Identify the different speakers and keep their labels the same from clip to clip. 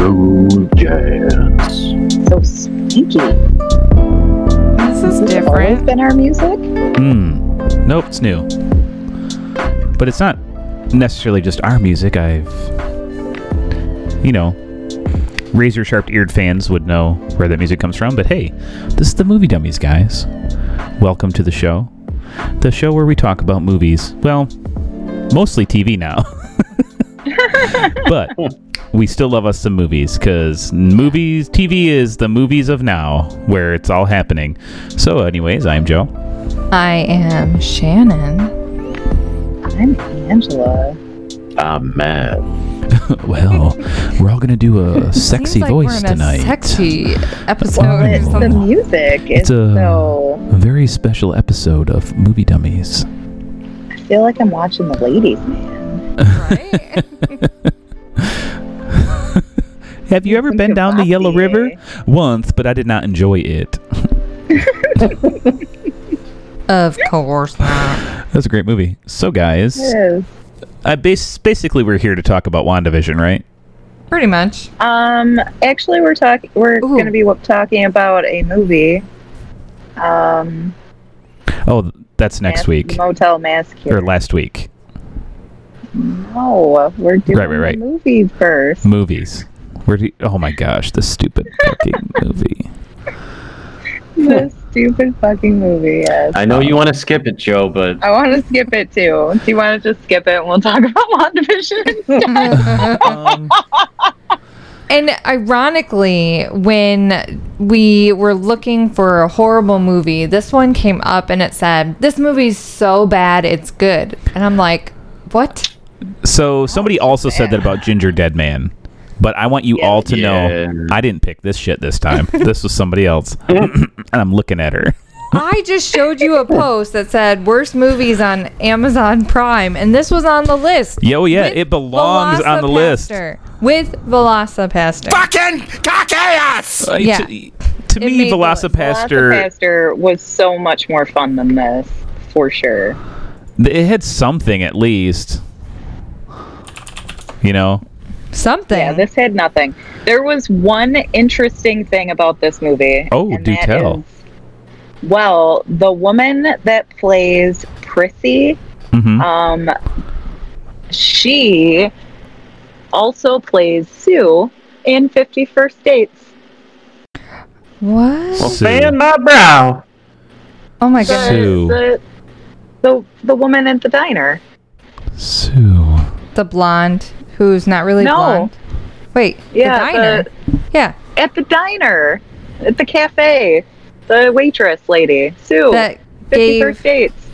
Speaker 1: some jazz.
Speaker 2: So spooky.
Speaker 3: This is
Speaker 2: This has always
Speaker 3: different.
Speaker 2: been our music.
Speaker 4: Mm. Nope, it's new. But it's not necessarily just our music. I've, you know, razor sharp eared fans would know where that music comes from. But hey, this is the Movie Dummies, guys. Welcome to the show. The show where we talk about movies. Well, mostly TV now. but we still love us some movies because movies, TV is the movies of now where it's all happening. So, anyways, I'm Joe.
Speaker 3: I am Shannon.
Speaker 2: I'm Angela.
Speaker 5: Ah,
Speaker 1: I'm mad.
Speaker 4: Well, we're all gonna do a sexy
Speaker 3: Seems like
Speaker 4: voice
Speaker 3: we're in
Speaker 4: tonight.
Speaker 3: A sexy episode.
Speaker 2: Well,
Speaker 3: or
Speaker 2: it's the
Speaker 3: something.
Speaker 2: music. It's,
Speaker 4: It's a-
Speaker 2: so.
Speaker 4: A very special episode of Movie Dummies.
Speaker 2: I feel like I'm watching the ladies, man.
Speaker 3: Right?
Speaker 4: Have you ever
Speaker 2: Think
Speaker 4: been
Speaker 2: of
Speaker 4: down the Yellow
Speaker 2: Rocky.
Speaker 4: River? Once, but I did not enjoy it.
Speaker 3: of course not.
Speaker 4: That's a great movie. So, guys,
Speaker 2: Yes.
Speaker 4: I bas- basically we're here to talk about WandaVision, right?
Speaker 3: Pretty much.
Speaker 2: Um, actually, we're talking. We're
Speaker 3: Ooh.
Speaker 2: going to be talking about a movie. Um,
Speaker 4: Oh, th- that's next
Speaker 2: Mas-
Speaker 4: week
Speaker 2: Motel Massacre.
Speaker 4: or last week.
Speaker 2: no, we're doing
Speaker 4: Right, right, right.
Speaker 2: the movie first.
Speaker 4: Movies. Where do you- oh my gosh, the stupid fucking movie.
Speaker 2: this stupid fucking movie. Yes.
Speaker 5: I know you want to skip it, Joe, but
Speaker 2: I want to skip it too. Do you want to just skip it and we'll talk about WandaVision?
Speaker 4: Um,
Speaker 3: And ironically, when we were looking for a horrible movie, this one came up and it said, This movie's so bad, it's good. And I'm like, What?
Speaker 4: So somebody also said that about Ginger Dead Man, but I want you all to
Speaker 5: Yeah.
Speaker 4: know I didn't pick this shit this time. this was somebody else, and I'm looking at her.
Speaker 3: I just showed you a post that said worst movies on Amazon Prime, and this was on the list.
Speaker 4: Yo, yeah, it belongs on the list.
Speaker 3: Velocipaster. With Velocipaster.
Speaker 4: Uh,
Speaker 3: Yeah.
Speaker 4: To, to
Speaker 3: It
Speaker 4: me,
Speaker 3: made the list.
Speaker 4: Velocipaster,
Speaker 2: Pastor was so much more fun than this, for sure.
Speaker 4: th- it had something at least. You know,
Speaker 3: Something.
Speaker 4: Mm-hmm.
Speaker 2: Yeah, this had nothing. There was one interesting thing about this movie.
Speaker 4: Oh, do
Speaker 2: that
Speaker 4: tell.
Speaker 2: is- well, the woman that plays Prissy,
Speaker 4: hmm
Speaker 2: um, she also plays Sue in Fifty First Dates.
Speaker 3: what?
Speaker 4: Sue.
Speaker 5: fan my brow.
Speaker 3: oh my
Speaker 2: The-
Speaker 3: god.
Speaker 4: Sue.
Speaker 2: The, the the woman at the diner.
Speaker 4: Sue.
Speaker 3: The blonde who's not really
Speaker 2: No.
Speaker 3: blonde. Wait,
Speaker 2: Yeah,
Speaker 3: the diner.
Speaker 2: the-
Speaker 3: yeah.
Speaker 2: at the diner, at the cafe, the waitress lady, Sue.
Speaker 3: That
Speaker 2: 51st
Speaker 3: gave
Speaker 2: dates.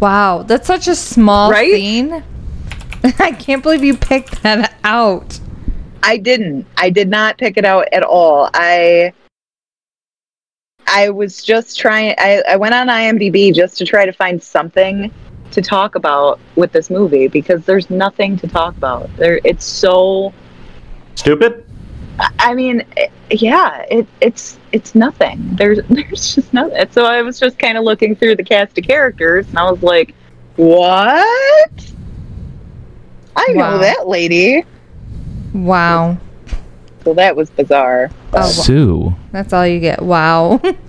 Speaker 3: Wow, that's such a small
Speaker 2: Right?
Speaker 3: scene. I can't believe you picked that out.
Speaker 2: I didn't. I did not pick it out at all. I I was just trying I, I went on IMDb just to try to find something to talk about with this movie because there's nothing to talk about. There it's so
Speaker 5: Stupid?
Speaker 2: I- I mean, it, yeah, it, it's it's nothing. There's there's just nothing. So I was just kind of looking through the cast of characters, and I was like, "What? I know
Speaker 3: Wow.
Speaker 2: that lady."
Speaker 3: Wow.
Speaker 2: So that was bizarre.
Speaker 3: Oh, wa-
Speaker 4: Sue.
Speaker 3: that's all you get. Wow.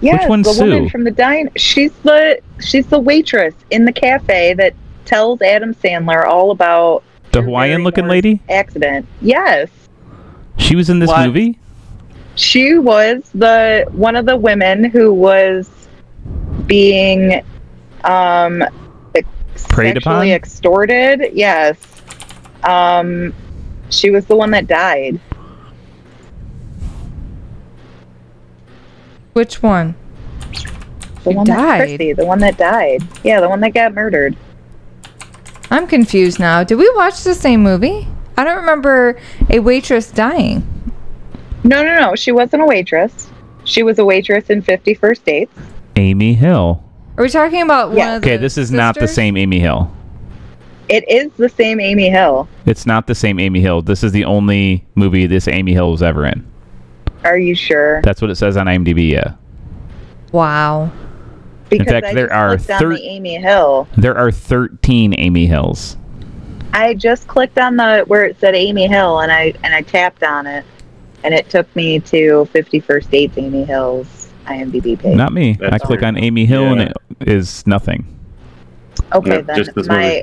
Speaker 2: Yes,
Speaker 4: one's
Speaker 2: the
Speaker 4: Sue?
Speaker 2: woman from the diner. She's the she's the waitress in the cafe that tells Adam Sandler all about
Speaker 4: The
Speaker 2: her
Speaker 4: Hawaiian
Speaker 2: very
Speaker 4: looking
Speaker 2: worst
Speaker 4: lady?
Speaker 2: accident. Yes.
Speaker 4: She was in this
Speaker 5: What?
Speaker 4: movie?
Speaker 2: she was the one of the women who was being um sexually
Speaker 4: Preyed upon?
Speaker 2: extorted yes um she was the one that died
Speaker 3: Which one?
Speaker 2: the
Speaker 3: Who
Speaker 2: one
Speaker 3: died?
Speaker 2: that Chrissy, the one that died yeah the one that got murdered
Speaker 3: I'm confused now. Did we watch the same movie? I don't remember a waitress dying.
Speaker 2: no no no she wasn't a waitress she was a waitress in 50 first dates
Speaker 4: Amy Hill.
Speaker 3: Are we talking about one
Speaker 2: Yeah.
Speaker 3: of the
Speaker 4: Okay, this is not the
Speaker 3: sisters?
Speaker 4: same Amy Hill.
Speaker 2: it is the same amy hill
Speaker 4: It's not the same Amy Hill. This is the only movie this Amy Hill was ever in.
Speaker 2: are you sure
Speaker 4: That's what it says on IMDb. Yeah,
Speaker 3: Wow.
Speaker 2: because
Speaker 4: fact,
Speaker 2: I
Speaker 4: there
Speaker 2: just
Speaker 4: are
Speaker 2: clicked on
Speaker 4: thir-
Speaker 2: the amy hill
Speaker 4: there are 13 Amy Hills.
Speaker 2: I just clicked on the where it said Amy Hill and I and I tapped on it and it took me to 51st Dates Amy Hill's IMDb page.
Speaker 4: Not me. I
Speaker 5: That's
Speaker 4: click
Speaker 5: weird.
Speaker 4: on Amy Hill and
Speaker 5: Yeah.
Speaker 4: it is nothing.
Speaker 2: okay,
Speaker 5: no,
Speaker 2: then
Speaker 5: just this
Speaker 2: my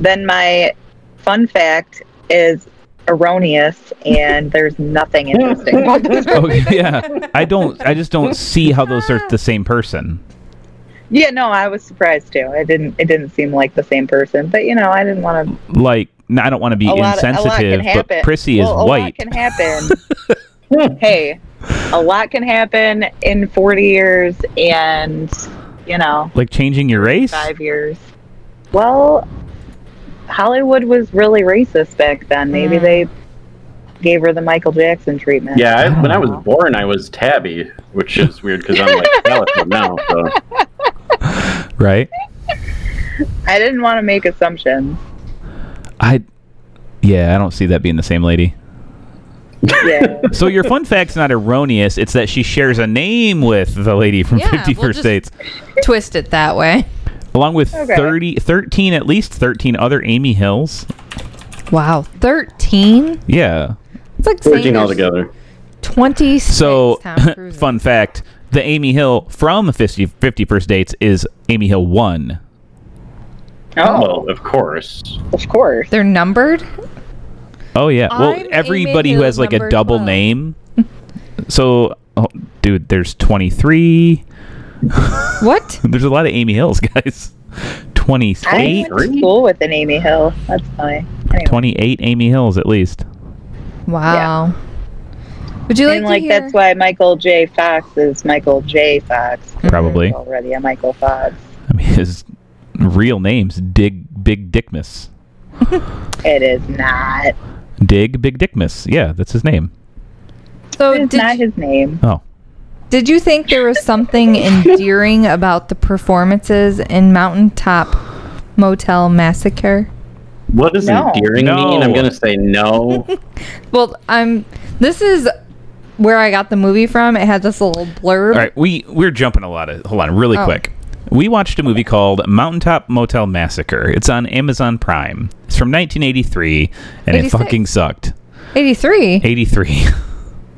Speaker 2: then my fun fact is erroneous and there's nothing interesting about this.
Speaker 4: Oh yeah. I don't. I just don't see how those are the same person.
Speaker 2: Yeah, no, I was surprised too. It didn't it didn't seem like the same person, but you know, I didn't want to
Speaker 4: Like no, I don't want to be
Speaker 2: a lot, a lot can
Speaker 4: insensitive,
Speaker 2: happen.
Speaker 4: but Prissy
Speaker 2: Well,
Speaker 4: is
Speaker 2: A lot
Speaker 4: white.
Speaker 2: can happen. hey, a lot can happen in 40 years and, you know,
Speaker 4: Like changing your race.
Speaker 2: five years. Well, Hollywood was really racist back then. Maybe
Speaker 3: Mm.
Speaker 2: they gave her the Michael Jackson treatment.
Speaker 5: Yeah, I, when I was
Speaker 2: Oh.
Speaker 5: born, I was tabby, which is weird because I'm like California now. So.
Speaker 4: Right.
Speaker 2: I didn't want to make assumptions.
Speaker 4: I. Yeah, I don't see that being the same lady.
Speaker 2: Yeah.
Speaker 4: So your fun fact's not erroneous. It's that she shares a name with the lady from
Speaker 3: Yeah,
Speaker 4: 51st
Speaker 3: we'll just-
Speaker 4: Dates,
Speaker 3: Twist it that way.
Speaker 4: along with
Speaker 2: Okay.
Speaker 4: thirty, thirteen 30, 13, at least 13 other Amy Hills.
Speaker 3: Wow, thirteen.
Speaker 4: Yeah.
Speaker 3: It's like saying
Speaker 5: 13
Speaker 3: there's
Speaker 5: altogether.
Speaker 3: 26
Speaker 4: So,
Speaker 3: Tom Cruises.
Speaker 4: fun fact the Amy Hill from 50, 51st Dates is Amy Hill 1.
Speaker 2: oh,
Speaker 5: Well, of course.
Speaker 2: of course.
Speaker 3: They're numbered.
Speaker 4: Oh, yeah. well,
Speaker 3: I'm Amy
Speaker 4: everybody who
Speaker 3: Hill
Speaker 4: has like a
Speaker 3: number
Speaker 4: double
Speaker 3: 12.
Speaker 4: name. So, oh, dude, there's 23.
Speaker 3: What?
Speaker 4: There's a lot of Amy Hills, guys.
Speaker 2: I
Speaker 4: 28.
Speaker 2: went to school with an Amy Hill. That's funny. Anyway.
Speaker 4: 28 Amy Hills, at least.
Speaker 3: Mm-hmm. Wow. Would you like
Speaker 2: and
Speaker 3: to
Speaker 2: like
Speaker 3: hear?
Speaker 2: that's why Michael J. Fox is Michael J. Fox.
Speaker 4: Probably.
Speaker 2: already oh, a Michael Fox.
Speaker 4: I mean, his real name's Dig Big Dickmas.
Speaker 2: It is not.
Speaker 4: Dig Big Dickmas. Yeah, that's his name.
Speaker 3: so
Speaker 2: It's
Speaker 3: Oh, did,
Speaker 2: not his name.
Speaker 4: Oh,
Speaker 3: did you think there was something endearing about the performances in Mountaintop Motel Massacre?
Speaker 5: What does
Speaker 2: No.
Speaker 5: endearing
Speaker 4: No.
Speaker 5: mean? I'm going to say no.
Speaker 3: Well, I'm. This is where I got the movie from. It had this little blurb.
Speaker 4: all right. We we're jumping a lot of. Hold on, really
Speaker 3: Oh.
Speaker 4: quick. We watched a movie called Mountaintop Motel Massacre. It's on Amazon Prime. It's from 1983, and it
Speaker 3: 86.
Speaker 4: fucking sucked.
Speaker 3: 83.
Speaker 4: 83.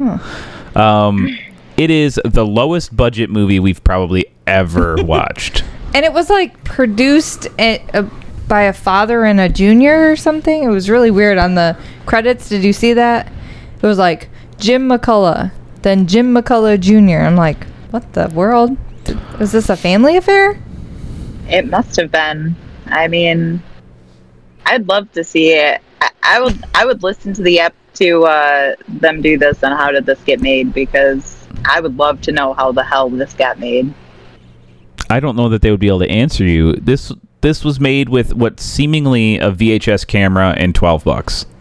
Speaker 4: um, it is the lowest budget movie we've probably ever watched.
Speaker 3: And it was like produced at, uh, by a father and a junior or something. It was really weird on the credits. Did you see that? It was like Jim McCullough, then Jim McCullough Jr. I'm like, what the world? Th- Was this a family affair?
Speaker 2: It must have been. I mean, I'd love to see it. I, I would. I would listen to the app to uh, them do this and how did this get made because I would love to know how the hell this got made.
Speaker 4: I don't know that they would be able to answer you. This this was made with what seemingly a VHS camera and twelve bucks.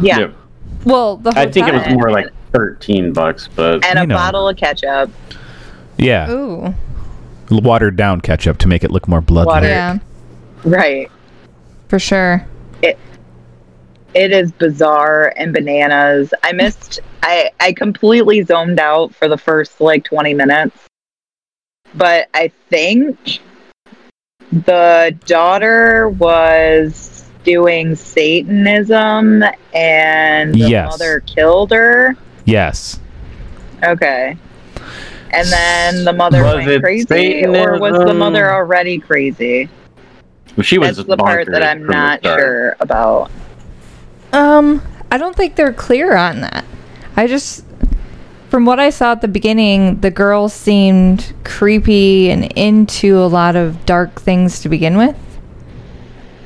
Speaker 2: Yeah,
Speaker 5: Yeah.
Speaker 3: Well, the whole
Speaker 5: I think it was
Speaker 3: time.
Speaker 5: more like 13 bucks, but
Speaker 2: and a
Speaker 4: You know.
Speaker 2: bottle of ketchup.
Speaker 4: Yeah,
Speaker 3: Ooh,
Speaker 4: watered down ketchup to make it look more bloodless.
Speaker 2: Water.
Speaker 3: yeah,
Speaker 2: Right.
Speaker 3: for sure.
Speaker 2: It is bizarre and bananas. I missed I I completely zoned out for the first like 20 minutes. But I think the daughter was doing satanism and the
Speaker 4: Yes.
Speaker 2: mother killed her.
Speaker 4: Yes,
Speaker 2: Okay. And then the mother
Speaker 5: Was it
Speaker 2: went crazy or was the
Speaker 5: Satanism?
Speaker 2: mother already crazy?
Speaker 5: she was
Speaker 2: That's the part that
Speaker 5: bonkers
Speaker 2: I'm
Speaker 5: from the
Speaker 2: not
Speaker 5: start.
Speaker 2: sure about.
Speaker 3: Um, I don't think they're clear on that. I just, from what I saw at the beginning, the girl seemed creepy and into a lot of dark things to begin with.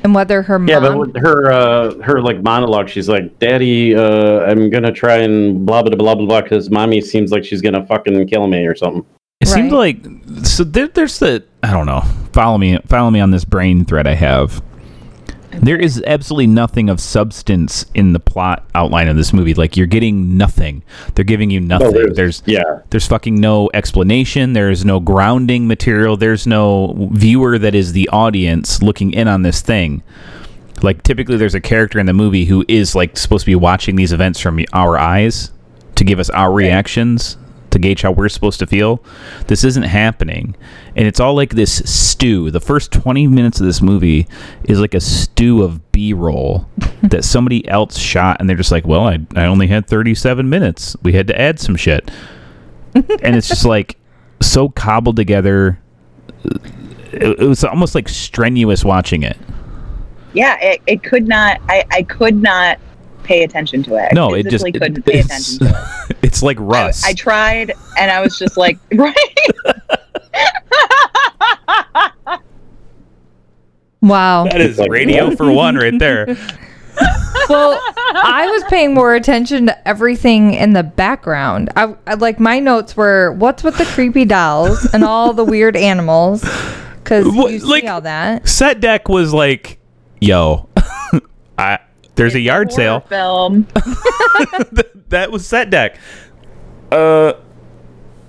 Speaker 3: And whether her
Speaker 5: Yeah, but
Speaker 3: mom,
Speaker 5: with her uh, her like monologue, she's like, "Daddy, uh, I'm gonna try and blah blah blah blah blah because mommy seems like she's gonna fucking kill me or something."
Speaker 4: it seemed
Speaker 3: Right.
Speaker 4: like so. There, there's the I don't know. Follow me. Follow me on this brain thread I have. There is absolutely nothing of substance in the plot outline of this movie. Like you're getting nothing. They're giving you nothing.
Speaker 5: there's-
Speaker 4: there's
Speaker 5: Yeah,
Speaker 4: There's fucking no explanation. There's no grounding material. There's no viewer that is the audience looking in on this thing. Like typically, there's a character in the movie who is like supposed to be watching these events from our eyes to give us our reactions. to gauge how we're supposed to feel. This isn't happening. And it's all like this stew. The first 20 minutes of this movie is like a stew of B roll that somebody else shot. And they're just like, well, I, I only had 37 minutes. We had to add some shit. and it's just like so cobbled together. It, it was almost like strenuous watching it.
Speaker 2: yeah, it, it could not. I, I could not pay attention to it. I
Speaker 4: No, it just
Speaker 2: physically couldn't pay
Speaker 4: it's,
Speaker 2: attention. To it.
Speaker 4: it's like
Speaker 2: I-
Speaker 4: rust.
Speaker 2: I, tried, and I was just like, right.
Speaker 3: Wow.
Speaker 4: that is
Speaker 5: It's like-
Speaker 4: radio for one right there.
Speaker 3: well, I was paying more attention to everything in the background. I, I like my notes were what's with the creepy dolls and all the weird animals because
Speaker 4: What-
Speaker 3: you see
Speaker 4: like-
Speaker 3: all that.
Speaker 4: Set deck was like, yo, I there's a yard
Speaker 2: Horror
Speaker 4: sale.
Speaker 2: film.
Speaker 4: That was set deck. Uh,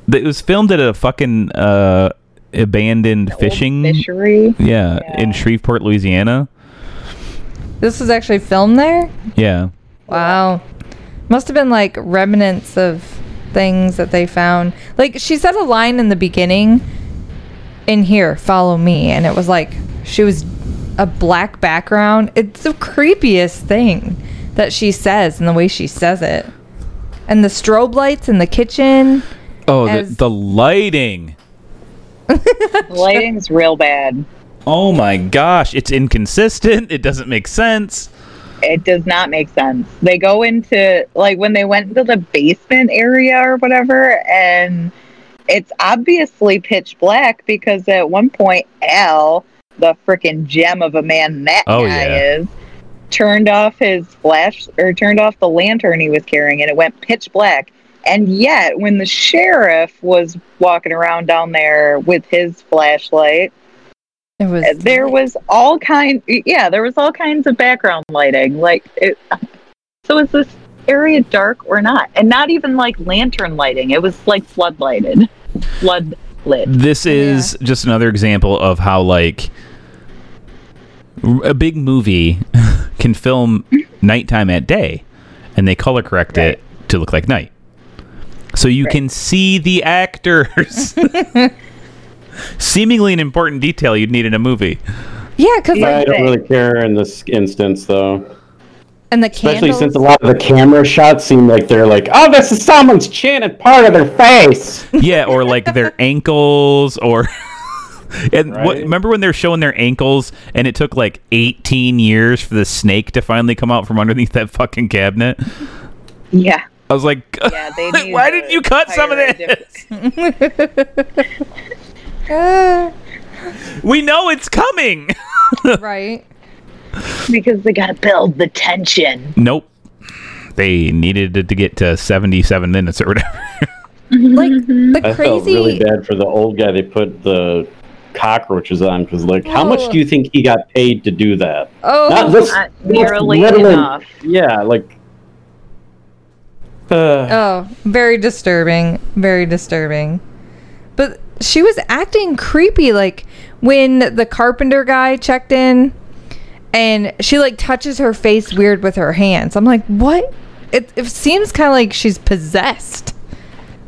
Speaker 4: it was filmed at a fucking uh abandoned fishing.
Speaker 2: fishery.
Speaker 4: Yeah, in
Speaker 2: Yeah.
Speaker 4: Shreveport, Louisiana.
Speaker 3: This was actually filmed there.
Speaker 4: Yeah.
Speaker 3: Wow. Must have been like remnants of things that they found. Like she said a line in the beginning in here, follow me. And it was like she was a black background. It's the creepiest thing that she says and the way she says it. And the strobe lights in the kitchen.
Speaker 4: Oh, the,
Speaker 3: As-
Speaker 4: the lighting.
Speaker 2: The lighting's real bad.
Speaker 4: Oh my gosh, it's inconsistent. It doesn't make sense.
Speaker 2: It does not make sense. They go into like when they went into the basement area or whatever, and it's obviously pitch black because at one point Al, the freaking gem of a man that
Speaker 4: Oh,
Speaker 2: guy
Speaker 4: yeah.
Speaker 2: is, turned off his flash or turned off the lantern he was carrying, and it went pitch black. And yet, when the sheriff was walking around down there with his flashlight,
Speaker 3: It was
Speaker 2: there was all kind yeah there was all kinds of background lighting like it, so is this area dark or not and not even like lantern lighting it was like flood lighted flood lit
Speaker 4: This is just another example of how like r- a big movie can film nighttime at day and they color correct it to look like night. So you can see the actors. Seemingly an important detail you'd need in a movie.
Speaker 3: Yeah, cuz
Speaker 2: Yeah.
Speaker 3: like
Speaker 5: I don't really care in this instance, though.
Speaker 3: and the
Speaker 5: Especially
Speaker 3: candles.
Speaker 5: since a lot of the camera shots seem like they're like, oh, this is someone's chin and part of their face.
Speaker 4: Yeah, or like their ankles or and what
Speaker 5: Right.
Speaker 4: remember when they're showing their ankles and it took like 18 years for the snake to finally come out from underneath that fucking cabinet?
Speaker 2: yeah
Speaker 4: I was like
Speaker 2: yeah they need
Speaker 4: Why
Speaker 2: to
Speaker 4: didn't you cut some of
Speaker 2: hire a
Speaker 4: this?
Speaker 2: different-
Speaker 3: Ah,
Speaker 4: We know it's coming.
Speaker 3: right.
Speaker 2: because they gotta build the tension
Speaker 4: Nope. They needed it to get to 77 minutes or whatever.
Speaker 3: Like the
Speaker 5: I felt
Speaker 3: crazy
Speaker 5: really bad for the old guy they put the cockroaches on because, like, how much do you think he got paid to do that?
Speaker 3: Oh,
Speaker 5: Not this,
Speaker 2: not
Speaker 5: this
Speaker 2: nearly
Speaker 5: little-
Speaker 2: enough.
Speaker 5: Yeah, like. Uh,
Speaker 3: Oh, very disturbing. Very disturbing. But she was acting creepy like when the carpenter guy checked in and she like touches her face weird with her hands. I'm like, "What?" It it seems kind of like she's possessed.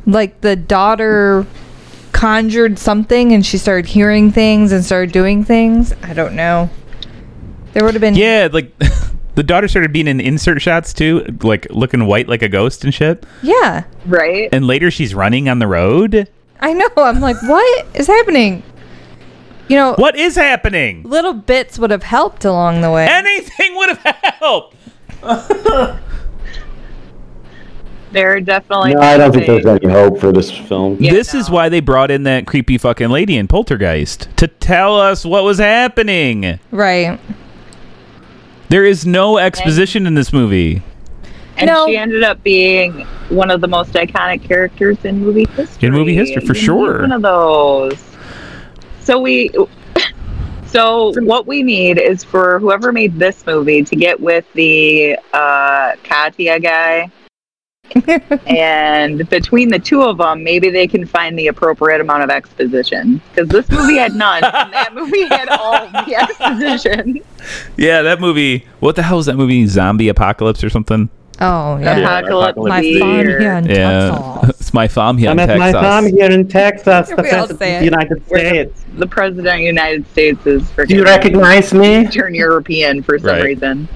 Speaker 3: Like the daughter conjured something and she started hearing things and started doing things. I don't know. There would have been
Speaker 4: yeah, like the daughter started being in insert shots too, like looking white like a ghost and shit.
Speaker 3: Yeah.
Speaker 2: right
Speaker 4: And later she's running on the road.
Speaker 3: I know. I'm like, "What is happening?" You know,
Speaker 4: What is happening?
Speaker 3: little bits would have helped along the way.
Speaker 4: Anything would have helped.
Speaker 2: they're definitely
Speaker 5: no, I don't think there's any hope for this film.
Speaker 2: Yeah,
Speaker 4: this is
Speaker 2: no.
Speaker 4: why they brought in that creepy fucking lady in Poltergeist to tell us what was happening.
Speaker 3: right.
Speaker 4: There is no exposition in this movie.
Speaker 2: and
Speaker 3: No.
Speaker 2: she ended up being one of the most iconic characters in movie history.
Speaker 4: In movie history,
Speaker 2: You
Speaker 4: for
Speaker 2: need
Speaker 4: sure.
Speaker 2: One of those. So we, so what we need is for whoever made this movie to get with the uh, Katya guy, and between the two of them, maybe they can find the appropriate amount of exposition because this movie had none, and that movie had all the exposition.
Speaker 4: Yeah, that movie. What the hell was that movie? Zombie Apocalypse or something?
Speaker 3: Oh
Speaker 5: Yeah.
Speaker 3: yeah.
Speaker 2: Apocalypse
Speaker 5: Apocalypse
Speaker 3: My
Speaker 5: Beer.
Speaker 3: farm here in
Speaker 4: Yeah,
Speaker 3: Texas.
Speaker 4: it's my farm here
Speaker 5: I'm
Speaker 4: in
Speaker 5: at my
Speaker 4: Texas.
Speaker 5: farm here in Texas,
Speaker 3: We
Speaker 5: the
Speaker 3: all
Speaker 5: Texas
Speaker 3: say it.
Speaker 5: United
Speaker 2: We're the-
Speaker 5: States.
Speaker 2: The president of the United States is for
Speaker 5: Do you recognize me?
Speaker 2: turn European for some
Speaker 4: Right.
Speaker 2: reason.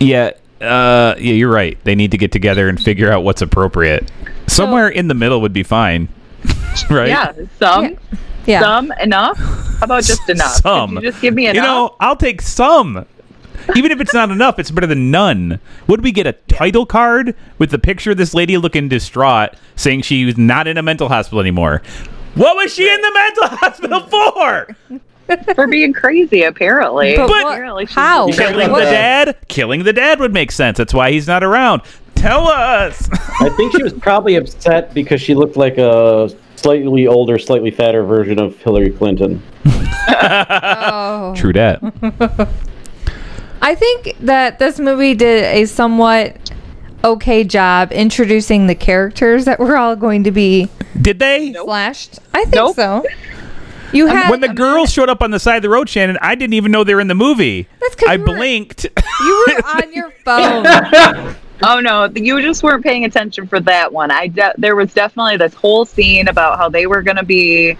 Speaker 4: Yeah, uh, yeah, you're right. They need to get together and figure out what's appropriate. Somewhere in the middle would be fine, right?
Speaker 2: Yeah, some,
Speaker 3: Yeah. Yeah.
Speaker 2: some enough. How about just enough? Could
Speaker 4: Some.
Speaker 2: you just give me enough.
Speaker 4: You know, I'll take some. Even if it's not enough, it's better than none. Would we get a title card with the picture of this lady looking distraught, saying she was not in a mental hospital anymore? What was she in the mental hospital for?
Speaker 2: for being crazy, apparently.
Speaker 3: But,
Speaker 4: But-
Speaker 3: what-
Speaker 2: Apparently she's-
Speaker 3: how?
Speaker 5: You can't
Speaker 4: Killing
Speaker 5: leave
Speaker 4: the
Speaker 5: What?
Speaker 4: dad? Killing the dad would make sense. That's why he's not around. Tell us.
Speaker 5: I think she was probably upset because she looked like a slightly older, slightly fatter version of Hillary Clinton.
Speaker 3: Oh.
Speaker 4: True dat.
Speaker 3: I think that this movie did a somewhat okay job introducing the characters that were all going to be
Speaker 4: Did they?
Speaker 3: flashed. I think
Speaker 2: Nope.
Speaker 3: so. You had
Speaker 4: Um, When the girls showed up on the side of the road, Shannon, I didn't even know they were in the movie.
Speaker 3: That's 'cause
Speaker 4: I
Speaker 3: you were-
Speaker 4: blinked.
Speaker 3: you were on your phone.
Speaker 2: Oh no, you just weren't paying attention for that one. I de- there was definitely this whole scene about how they were going to be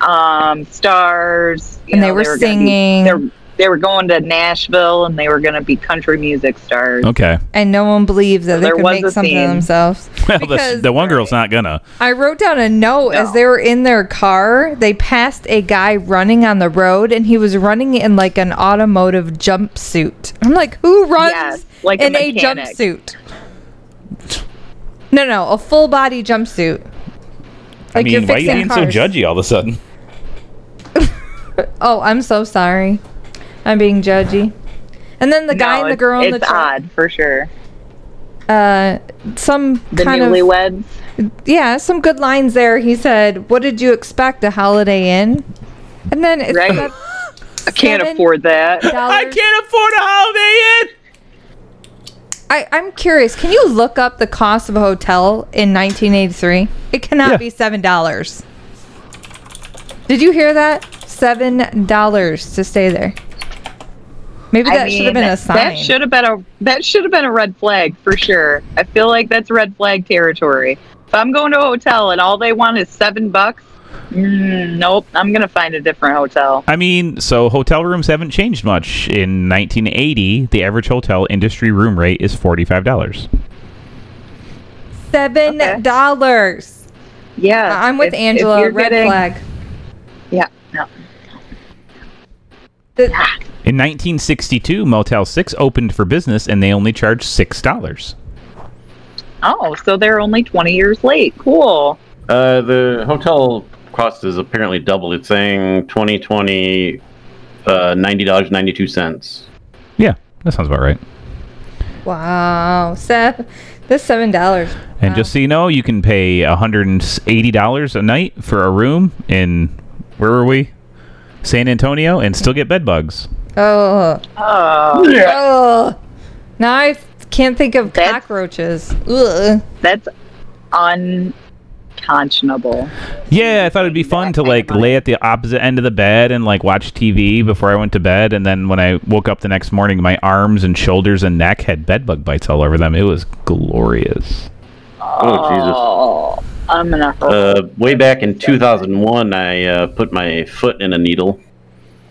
Speaker 2: um, stars, you
Speaker 3: And they
Speaker 2: know,
Speaker 3: were
Speaker 2: gonna
Speaker 3: singing.
Speaker 2: Be, they're- they were going to Nashville and they were going to be country music stars.
Speaker 4: okay.
Speaker 3: and no one believed that they
Speaker 2: There
Speaker 3: could
Speaker 2: was
Speaker 3: make
Speaker 2: a
Speaker 3: something
Speaker 2: scene.
Speaker 3: of themselves.
Speaker 4: Well, the,
Speaker 3: Because-
Speaker 4: the one girl's not gonna.
Speaker 3: I wrote down a note as
Speaker 2: No.
Speaker 3: they were in their car. They passed a guy running on the road, and he was running in like an automotive jumpsuit. I'm like, who runs
Speaker 2: Yes, like a
Speaker 3: in a,
Speaker 2: mechanic.
Speaker 3: jumpsuit? No, no, a full body jumpsuit. Like
Speaker 4: I mean, why are you
Speaker 3: fixing
Speaker 4: being
Speaker 3: cars.
Speaker 4: so judgy all of a sudden?
Speaker 3: Oh, I'm so sorry. I'm being judgy. And then the
Speaker 2: No,
Speaker 3: guy and the
Speaker 2: it's-
Speaker 3: girl in
Speaker 2: it's
Speaker 3: the truck,
Speaker 2: odd for sure.
Speaker 3: uh, some
Speaker 2: The
Speaker 3: kind of
Speaker 2: newlyweds.
Speaker 3: yeah, some good lines there. He said, "What did you expect? A Holiday Inn?" And then it's
Speaker 2: Right.
Speaker 3: that
Speaker 2: I can't
Speaker 3: seven
Speaker 2: afford that.
Speaker 4: I
Speaker 3: dollars-
Speaker 4: can't afford a holiday inn.
Speaker 3: I, I'm curious. Can you look up the cost of a hotel in 1983? It cannot
Speaker 4: Yeah.
Speaker 3: be seven dollars. Did you hear that? Seven dollars to stay there. Maybe that should have been a sign.
Speaker 2: That should have been a that should have been a red flag for sure. I feel like that's red flag territory. If I'm going to a hotel and all they want is seven bucks, mm, nope, I'm gonna find a different hotel.
Speaker 4: I mean, so hotel rooms haven't changed much. In 1980, the average hotel industry room rate is forty-five dollars.
Speaker 3: seven dollars.
Speaker 2: Yeah,
Speaker 3: I'm with
Speaker 2: Uh, if- if
Speaker 3: Angela.
Speaker 2: you're
Speaker 3: Red
Speaker 2: getting-
Speaker 3: flag.
Speaker 2: Yeah, no,
Speaker 3: The-
Speaker 4: In 1962, Motel Six opened for business, and they only charged six dollars.
Speaker 2: oh, so they're only 20 years late. Cool.
Speaker 5: Uh, the hotel cost is apparently doubled. It's saying 2020, uh, $90.92.
Speaker 4: Yeah, that sounds about right.
Speaker 3: wow, Seth, this seven dollars.
Speaker 4: And just so you know, you can pay $180 a night for a room in where were we? San Antonio and still get bed bugs.
Speaker 3: Oh,
Speaker 2: Oh,
Speaker 3: oh. Now I can't think of
Speaker 2: That's-
Speaker 3: cockroaches. Ugh.
Speaker 2: that's unconscionable.
Speaker 4: Yeah, I thought it'd be fun to like lay at the opposite end of the bed and like watch TV before I went to bed and then when I woke up the next morning my arms and shoulders and neck had bed bug bites all over them. It was glorious.
Speaker 5: Oh, Jesus.
Speaker 2: Oh, I'm gonna.
Speaker 5: Uh, way back in 2001, I uh, put my foot in a needle.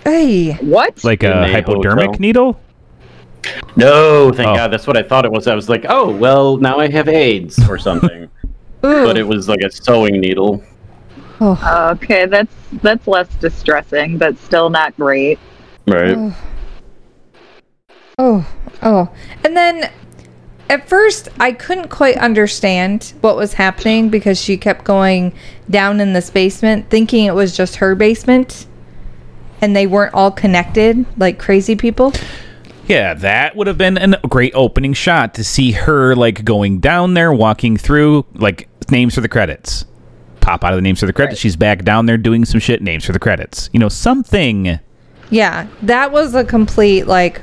Speaker 3: Hey.
Speaker 2: what?
Speaker 4: Like
Speaker 5: In
Speaker 4: a
Speaker 5: a
Speaker 4: hypodermic
Speaker 5: hotel.
Speaker 4: needle?
Speaker 5: No, thank
Speaker 4: Oh.
Speaker 5: God. That's what I thought it was. I was like, oh, well, now I have AIDS or something.
Speaker 3: Ooh.
Speaker 5: but it was like a sewing needle.
Speaker 3: Oh.
Speaker 2: okay, that's that's less distressing, but still not great.
Speaker 5: Right.
Speaker 3: Oh, oh. And then at first, I couldn't quite understand what was happening because she kept going down in this basement, thinking it was just her basement and they weren't all connected like crazy people.
Speaker 4: Yeah, that would have been a great opening shot to see her like going down there, walking through like names for the credits. Pop out of the names for the credits. She's back down there doing some shit. Names for the credits. You know something.
Speaker 3: Yeah, that was a complete like,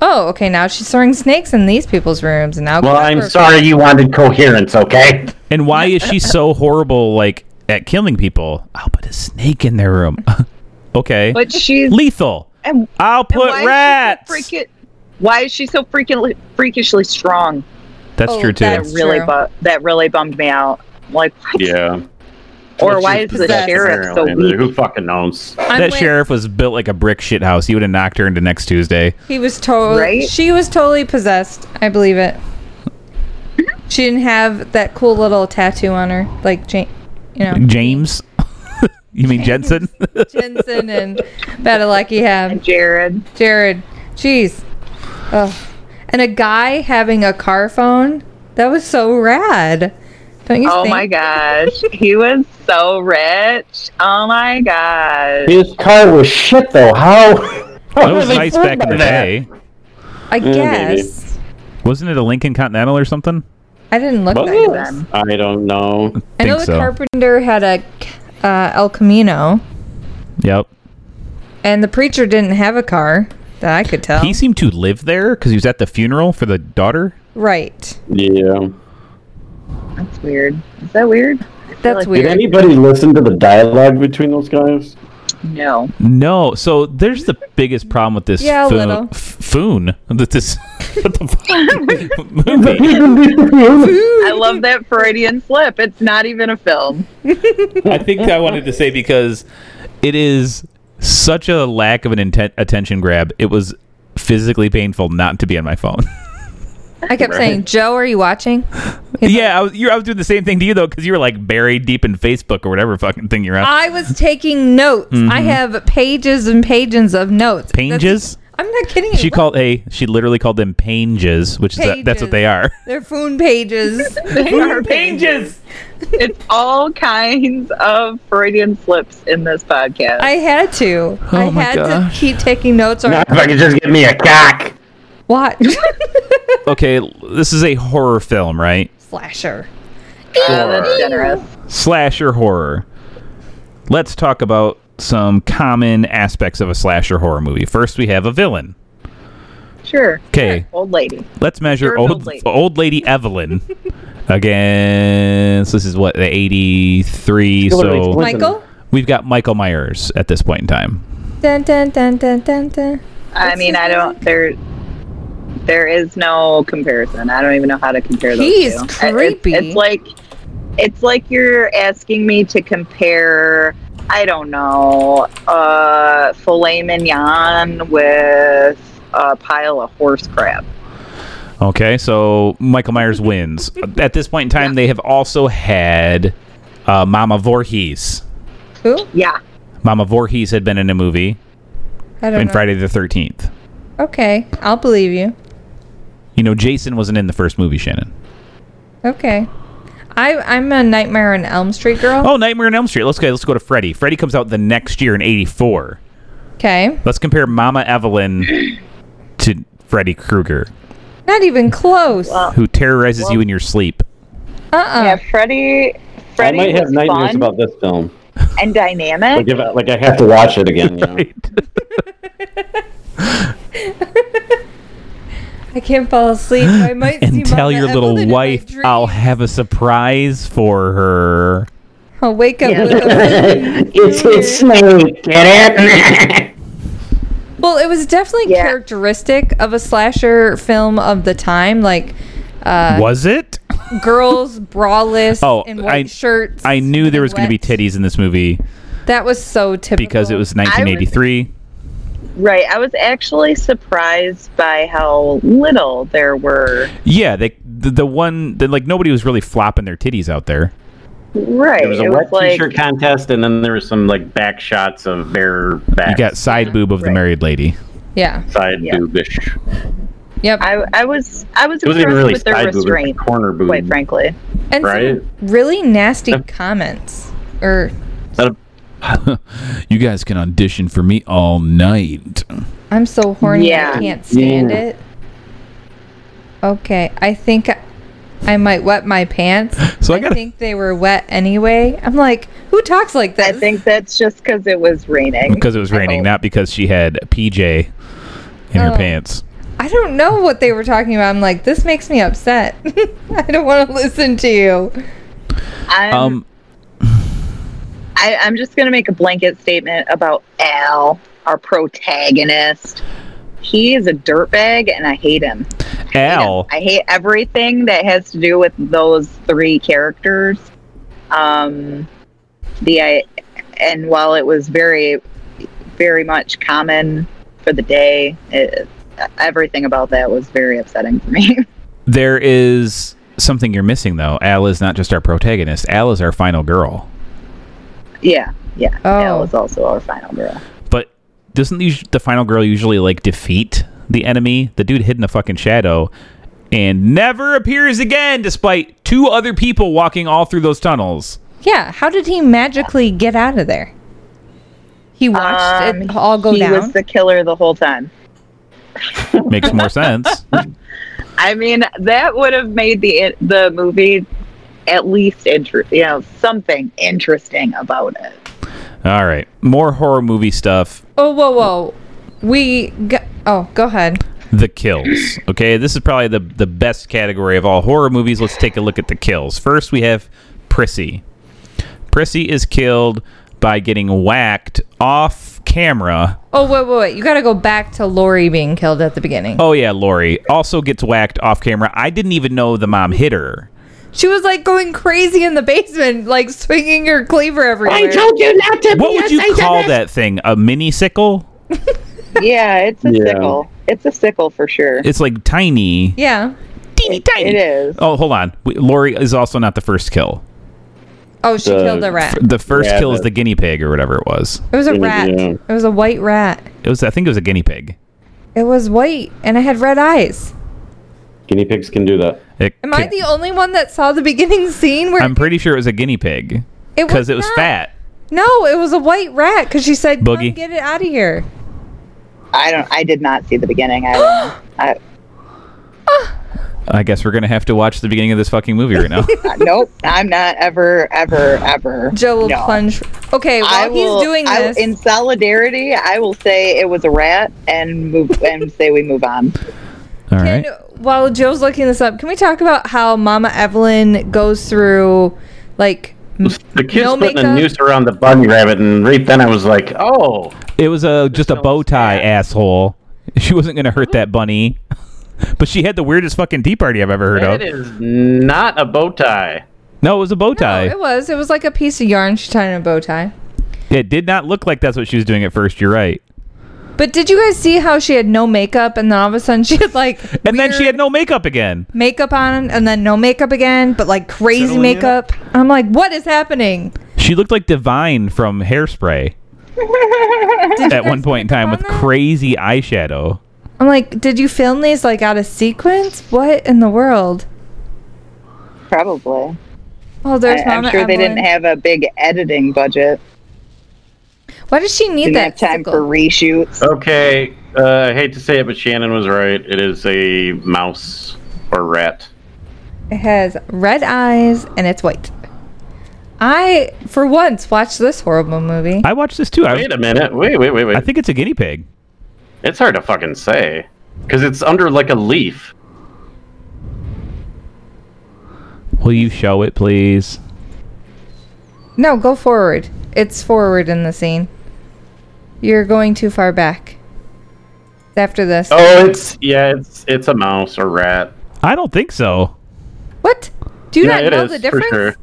Speaker 3: oh, okay, now she's throwing snakes in these people's rooms. And now,
Speaker 5: Well, I'm sorry you wanted coherence, okay?
Speaker 4: And why is she so horrible like at killing people? I'll put a snake in their room. okay,
Speaker 2: But she's
Speaker 4: lethal.
Speaker 2: and
Speaker 4: I'll put
Speaker 2: why is she so
Speaker 4: rats.
Speaker 2: freaking- Why is she so freaking freakishly strong?
Speaker 4: That's
Speaker 3: Oh,
Speaker 4: true too.
Speaker 2: That
Speaker 3: That's
Speaker 2: really
Speaker 3: true.
Speaker 2: bu- that really bummed me out. Like, what?
Speaker 5: Yeah.
Speaker 2: Or why is the
Speaker 3: possessed,
Speaker 2: sheriff so
Speaker 5: Apparently.
Speaker 2: weak?
Speaker 5: Who fucking knows?
Speaker 3: I'm
Speaker 4: that
Speaker 3: with-
Speaker 4: sheriff was built like a brick shit house. He would have knocked her into next Tuesday.
Speaker 3: He was totally.
Speaker 2: Right?
Speaker 3: She was totally possessed. I believe it. She didn't have that cool little tattoo on her, like Jane, you know,
Speaker 4: James, you mean Jensen?
Speaker 3: Jensen and Padalecki have
Speaker 2: Jared.
Speaker 3: Jared. Jeez. Ugh. And a guy having a car phone. That was so rad. Don't you
Speaker 2: Oh
Speaker 3: think?
Speaker 2: my gosh, he was so rich. Oh my gosh.
Speaker 5: His car was shit though. How?
Speaker 4: That was nice back in the day.
Speaker 3: I
Speaker 5: maybe.
Speaker 3: guess.
Speaker 4: Wasn't it a Lincoln Continental or something?
Speaker 3: I didn't look
Speaker 5: Was
Speaker 3: that
Speaker 5: it?
Speaker 3: close.
Speaker 5: I don't know.
Speaker 3: I know
Speaker 4: Think
Speaker 3: the
Speaker 4: so.
Speaker 3: carpenter had a uh, El Camino,
Speaker 4: Yep.
Speaker 3: and the preacher didn't have a car that I could tell.
Speaker 4: He seemed to live there because he was at the funeral for the daughter.
Speaker 3: right.
Speaker 5: Yeah.
Speaker 2: That's weird. Is that weird?
Speaker 3: That's
Speaker 2: like-
Speaker 5: Did
Speaker 3: weird.
Speaker 5: anybody listen to the dialogue between those guys?
Speaker 2: No.
Speaker 4: No, so there's the biggest problem with this
Speaker 3: Yeah, a
Speaker 4: foo-
Speaker 3: little.
Speaker 4: f- foon. That this what the fuck movie.
Speaker 2: I love that Freudian slip. It's not even a film.
Speaker 4: I think I wanted to say because it is such a lack of an inten- attention grab. It was physically painful not to be on my phone.
Speaker 3: I kept saying, Joe, are you watching?
Speaker 4: yeah, I was, you, I was doing the same thing to you though because you were like buried deep in Facebook or whatever fucking thing you're on.
Speaker 3: I was taking notes. I have pages and pages of notes. That's-
Speaker 4: Mm-hmm. Pages?
Speaker 3: I'm not kidding you.
Speaker 4: She called a. She literally called them pages, which is that, that's what they are.
Speaker 3: They're phone pages.
Speaker 2: They are pages. It's all kinds of Freudian slips in this podcast.
Speaker 3: I had to. I
Speaker 4: Oh my
Speaker 3: had
Speaker 4: gosh.
Speaker 3: to keep taking notes or
Speaker 5: If I could just get me a cock.
Speaker 3: watch.
Speaker 4: Okay, l- this is a horror film, right?
Speaker 3: Slasher.
Speaker 2: Uh, that's generous.
Speaker 4: Slasher horror. Let's talk about some common aspects of a slasher horror movie. First, we have a villain.
Speaker 2: Sure.
Speaker 4: Okay,
Speaker 2: Old lady.
Speaker 4: let's measure
Speaker 2: Sure,
Speaker 4: old
Speaker 2: old lady.
Speaker 4: old lady Evelyn against. This is what the eighty three.
Speaker 5: Hillary
Speaker 4: So
Speaker 5: Clinton.
Speaker 3: Michael?
Speaker 4: we've got Michael Myers at this point in time.
Speaker 3: Dun, dun, dun, dun, dun, dun.
Speaker 2: I mean, I don't. There, there is no comparison. I don't even know how to compare those.
Speaker 3: He's
Speaker 2: two.
Speaker 3: creepy.
Speaker 2: I, it's, it's like, it's like you're asking me to compare. I don't know, uh, filet mignon with a pile of horse crap.
Speaker 4: Okay, so Michael Myers wins. At this point in time, they have also had uh, Mama Voorhees.
Speaker 3: Who?
Speaker 2: Yeah,
Speaker 4: Mama Voorhees had been in a movie
Speaker 3: I don't
Speaker 4: in
Speaker 3: know.
Speaker 4: Friday the 13th.
Speaker 3: Okay. I'll believe you.
Speaker 4: You know, Jason wasn't in the first movie, Shannon.
Speaker 3: Okay. I, I'm a Nightmare on Elm Street girl.
Speaker 4: Oh, Nightmare on Elm Street. Let's go. Let's go to Freddy. Freddy comes out the next year in '84.
Speaker 3: Okay.
Speaker 4: Let's compare Mama Evelyn to Freddy Krueger,
Speaker 3: Not even close. Uh
Speaker 4: who terrorizes you in your sleep.
Speaker 3: uh
Speaker 2: yeah. Freddy,
Speaker 5: I
Speaker 2: Freddy
Speaker 5: might have
Speaker 2: was
Speaker 5: nightmares
Speaker 2: fun
Speaker 5: about this film.
Speaker 2: and dynamic.
Speaker 5: Like, if I, like I have to watch it again. You know?
Speaker 3: I can't fall asleep. I might see
Speaker 4: And tell
Speaker 3: Mama
Speaker 4: your little
Speaker 3: Evelyn in my
Speaker 4: wife
Speaker 3: dream.
Speaker 4: I'll have a surprise for her.
Speaker 3: I'll wake up
Speaker 2: Yeah.
Speaker 3: with a
Speaker 5: It's it's snake. Get it?
Speaker 3: Well, it was definitely
Speaker 2: Yeah.
Speaker 3: characteristic of a slasher film of the time, like uh,
Speaker 4: Was it?
Speaker 3: girls braless
Speaker 4: Oh,
Speaker 3: in
Speaker 4: I-
Speaker 3: white shirts.
Speaker 4: I knew there was going to be
Speaker 3: wet.
Speaker 4: titties in this movie
Speaker 3: That was so typical
Speaker 4: because it was 1983.
Speaker 2: Right. I was actually surprised by how little there were.
Speaker 4: Yeah, they the, the one that like nobody was really flopping their titties out there.
Speaker 2: Right.
Speaker 5: There was a
Speaker 2: it
Speaker 5: wet
Speaker 2: was like
Speaker 5: t-shirt contest, and then there was some like back shots of bare back
Speaker 4: You got side boob of the
Speaker 2: Right.
Speaker 4: married lady.
Speaker 3: Yeah.
Speaker 5: side
Speaker 2: Yeah.
Speaker 5: boobish.
Speaker 3: Yep.
Speaker 2: I, I was I was
Speaker 5: It wasn't
Speaker 2: impressed
Speaker 5: even really
Speaker 2: with their
Speaker 5: side boob, it was
Speaker 2: restraint,
Speaker 5: corner boob.
Speaker 2: quite frankly.
Speaker 3: and
Speaker 5: right?
Speaker 3: some really nasty comments. Or
Speaker 5: That-
Speaker 4: You guys can audition for me all night.
Speaker 3: I'm so horny
Speaker 2: Yeah.
Speaker 3: I can't stand
Speaker 5: Yeah.
Speaker 3: it. Okay, I think I, I might wet my pants.
Speaker 4: So I
Speaker 3: I
Speaker 4: gotta-
Speaker 3: think they were wet anyway. I'm like, who talks like
Speaker 2: I
Speaker 3: that?
Speaker 2: think that's just because it was raining.
Speaker 4: Because it was
Speaker 2: I
Speaker 4: raining,
Speaker 2: hope.
Speaker 4: not because she had a PJ in her
Speaker 3: Oh.
Speaker 4: pants.
Speaker 3: I don't know what they were talking about. I'm like, this makes me upset. I don't want to listen to you.
Speaker 2: I'm,
Speaker 4: Um,
Speaker 2: I, I'm just gonna make a blanket statement about Al, our protagonist. He is a dirtbag, and I hate him. hate him.
Speaker 4: Al.
Speaker 2: I hate everything that has to do with those three characters. Um, the I, and while it was very, very much common for the day, it, everything about that was very upsetting for me.
Speaker 4: There is something you're missing though. Al is not just our protagonist. Al is our final girl.
Speaker 2: yeah, yeah. That
Speaker 3: Oh.
Speaker 2: was also our final girl.
Speaker 4: But doesn't the, us- the final girl usually like defeat the enemy? The dude hid in a fucking shadow and never appears again, despite two other people walking all through those tunnels.
Speaker 3: Yeah. How did he magically get out of there? He watched
Speaker 2: Um,
Speaker 3: it all go
Speaker 2: he
Speaker 3: down.
Speaker 2: was the killer the whole time.
Speaker 4: Makes more sense.
Speaker 2: I mean, that would have made the the movie at least inter- you know something interesting about it.
Speaker 4: All right, more horror movie stuff.
Speaker 3: oh, whoa, whoa. We got. Oh, go ahead.
Speaker 4: The kills. Okay, this is probably the the best category of all horror movies. Let's take a look at the kills. First, we have Prissy. Prissy is killed by getting whacked off camera
Speaker 3: Oh, wait, wait, wait. You got to go back to Lori being killed at the beginning.
Speaker 4: Oh yeah, Lori also gets whacked off camera. I didn't even know the mom hit her.
Speaker 3: She was like going crazy in the basement, like swinging her cleaver everywhere.
Speaker 5: you not to.
Speaker 4: What would you call that thing? A mini sickle?
Speaker 2: Yeah, it's a
Speaker 5: Yeah.
Speaker 2: sickle. It's a sickle for sure.
Speaker 4: It's like tiny,
Speaker 3: yeah.
Speaker 4: teeny tiny.
Speaker 2: It is.
Speaker 4: Oh, hold on. We- Lori is also not the first kill.
Speaker 3: Oh, she
Speaker 5: The-
Speaker 3: killed a rat.
Speaker 4: The first
Speaker 5: Yeah,
Speaker 4: kill is
Speaker 5: the-
Speaker 4: the guinea pig or whatever it was.
Speaker 3: It was a
Speaker 5: Yeah.
Speaker 3: rat. It was a white rat.
Speaker 4: It was. I think it was a guinea pig.
Speaker 3: It was white, and I had red eyes.
Speaker 5: Guinea pigs can do that.
Speaker 4: It
Speaker 3: Am I
Speaker 4: ca-
Speaker 3: the only one that saw the beginning scene where
Speaker 4: I'm pretty sure it was a guinea pig
Speaker 3: it
Speaker 4: because it was
Speaker 3: not-
Speaker 4: fat.
Speaker 3: No, it was a white rat because she said, "Come,
Speaker 4: Boogie.
Speaker 3: get it out of here."
Speaker 2: I don't. I did not see the beginning. I, don't know. I
Speaker 4: I guess we're gonna have to watch the beginning of this fucking movie right now.
Speaker 2: uh, nope. I'm not ever, ever, ever.
Speaker 3: Joe will
Speaker 2: no.
Speaker 3: plunge. Okay, while
Speaker 2: I will,
Speaker 3: he's doing
Speaker 2: I-
Speaker 3: this,
Speaker 2: in solidarity, I will say it was a rat and move and say we move on.
Speaker 4: All
Speaker 3: can-
Speaker 4: right.
Speaker 3: while Joe's looking this up, can we talk about how Mama Evelyn goes through, like,
Speaker 5: The kids
Speaker 3: No
Speaker 5: putting
Speaker 3: makeup?
Speaker 5: a noose around the bunny rabbit, and right then I was like, "Oh,
Speaker 4: It was a just a bow tie, asshole. She wasn't gonna hurt that bunny, but she had the weirdest fucking tea party I've ever heard
Speaker 5: that
Speaker 4: of.
Speaker 5: is not a bow tie."
Speaker 4: No, it was a bow
Speaker 3: No,
Speaker 4: tie.
Speaker 3: it was. It was like a piece of yarn she tied in a bow tie.
Speaker 4: it did not look like that's what she was doing at first. You're right.
Speaker 3: But did you guys see how she had no makeup and then all of a sudden she had like
Speaker 4: And then she had no makeup again.
Speaker 3: makeup on and then no makeup again, but like crazy
Speaker 5: Settling in.
Speaker 3: makeup? I'm like, what is happening?
Speaker 4: She looked like Divine from Hairspray
Speaker 3: Did you
Speaker 4: at
Speaker 3: guys
Speaker 4: one point in
Speaker 3: pick up
Speaker 4: time
Speaker 3: on
Speaker 4: with
Speaker 3: that?
Speaker 4: crazy eyeshadow.
Speaker 3: I'm like, did you film these like out of sequence? What in the world?
Speaker 2: Probably.
Speaker 3: Oh, there's
Speaker 2: I,
Speaker 3: Mama
Speaker 2: am sure they didn't
Speaker 3: Evelyn.
Speaker 2: have a big editing budget.
Speaker 3: Why does she need
Speaker 2: Didn't
Speaker 3: that
Speaker 2: have time
Speaker 3: sickle?
Speaker 2: for reshoots.
Speaker 5: Okay, uh, I hate to say it, but Shannon was right. It is a mouse or rat.
Speaker 3: It has red eyes and it's white. I, for once, watched this horrible movie.
Speaker 4: I watched this too. I,
Speaker 5: Wait a minute. Wait, wait, wait, wait.
Speaker 4: I think it's a guinea pig.
Speaker 5: it's hard to fucking say because it's under like a leaf.
Speaker 4: Will you show it, please?
Speaker 3: No, go forward. It's forward in the scene. You're going too far back. It's After this.
Speaker 5: Oh, it's yeah, it's it's a mouse or rat.
Speaker 4: I don't think so.
Speaker 3: What? Do you
Speaker 5: yeah,
Speaker 3: not
Speaker 5: it
Speaker 3: know
Speaker 5: is
Speaker 3: the difference?
Speaker 5: for sure.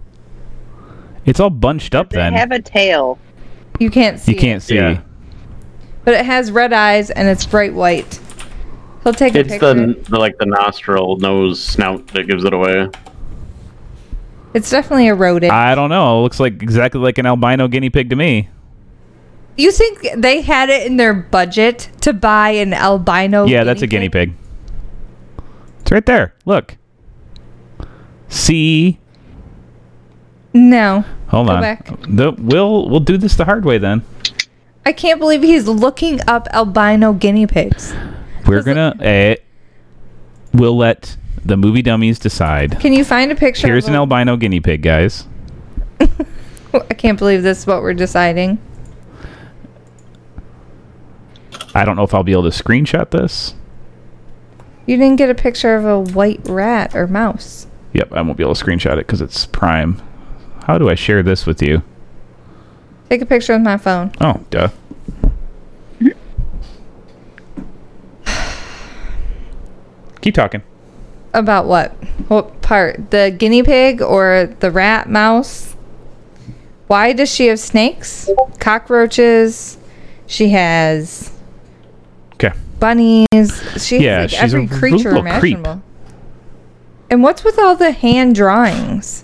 Speaker 4: It's all bunched up
Speaker 2: They
Speaker 4: then.
Speaker 2: have a tail.
Speaker 3: You can't see.
Speaker 4: you can't see.
Speaker 5: Yeah.
Speaker 3: It, but it has red eyes and it's bright white. He'll take a
Speaker 5: It's
Speaker 3: picture.
Speaker 5: the, the like the nostril, nose, snout that gives it away.
Speaker 3: it's definitely eroded.
Speaker 4: I don't know. It looks like exactly like an albino guinea pig to me.
Speaker 3: you think they had it in their budget to buy an albino?
Speaker 4: yeah, that's a guinea pig. It's right there. Look. See.
Speaker 3: No,
Speaker 4: Hold
Speaker 3: Go
Speaker 4: on.
Speaker 3: back.
Speaker 4: The- we'll we'll do this the hard way then.
Speaker 3: I can't believe he's looking up albino guinea pigs.
Speaker 4: We're gonna. Eh, we'll let the movie dummies decide.
Speaker 3: Can you find a picture?
Speaker 4: Here's
Speaker 3: of
Speaker 4: an
Speaker 3: a-
Speaker 4: albino guinea pig, guys.
Speaker 3: I can't believe this is what we're deciding.
Speaker 4: I don't know if I'll be able to screenshot this.
Speaker 3: You didn't get a picture of a white rat or mouse.
Speaker 4: Yep, I won't be able to screenshot it because it's Prime. How do I share this with you?
Speaker 3: Take a picture with my phone.
Speaker 4: Oh, duh. Keep talking.
Speaker 3: About what? What part? The guinea pig or the rat mouse? Why does she have snakes? Cockroaches. She has
Speaker 4: Okay.
Speaker 3: bunnies. She
Speaker 4: Yeah,
Speaker 3: has like
Speaker 4: she's a
Speaker 3: every
Speaker 4: r-
Speaker 3: creature
Speaker 4: little creep.
Speaker 3: imaginable. And what's with all the hand drawings?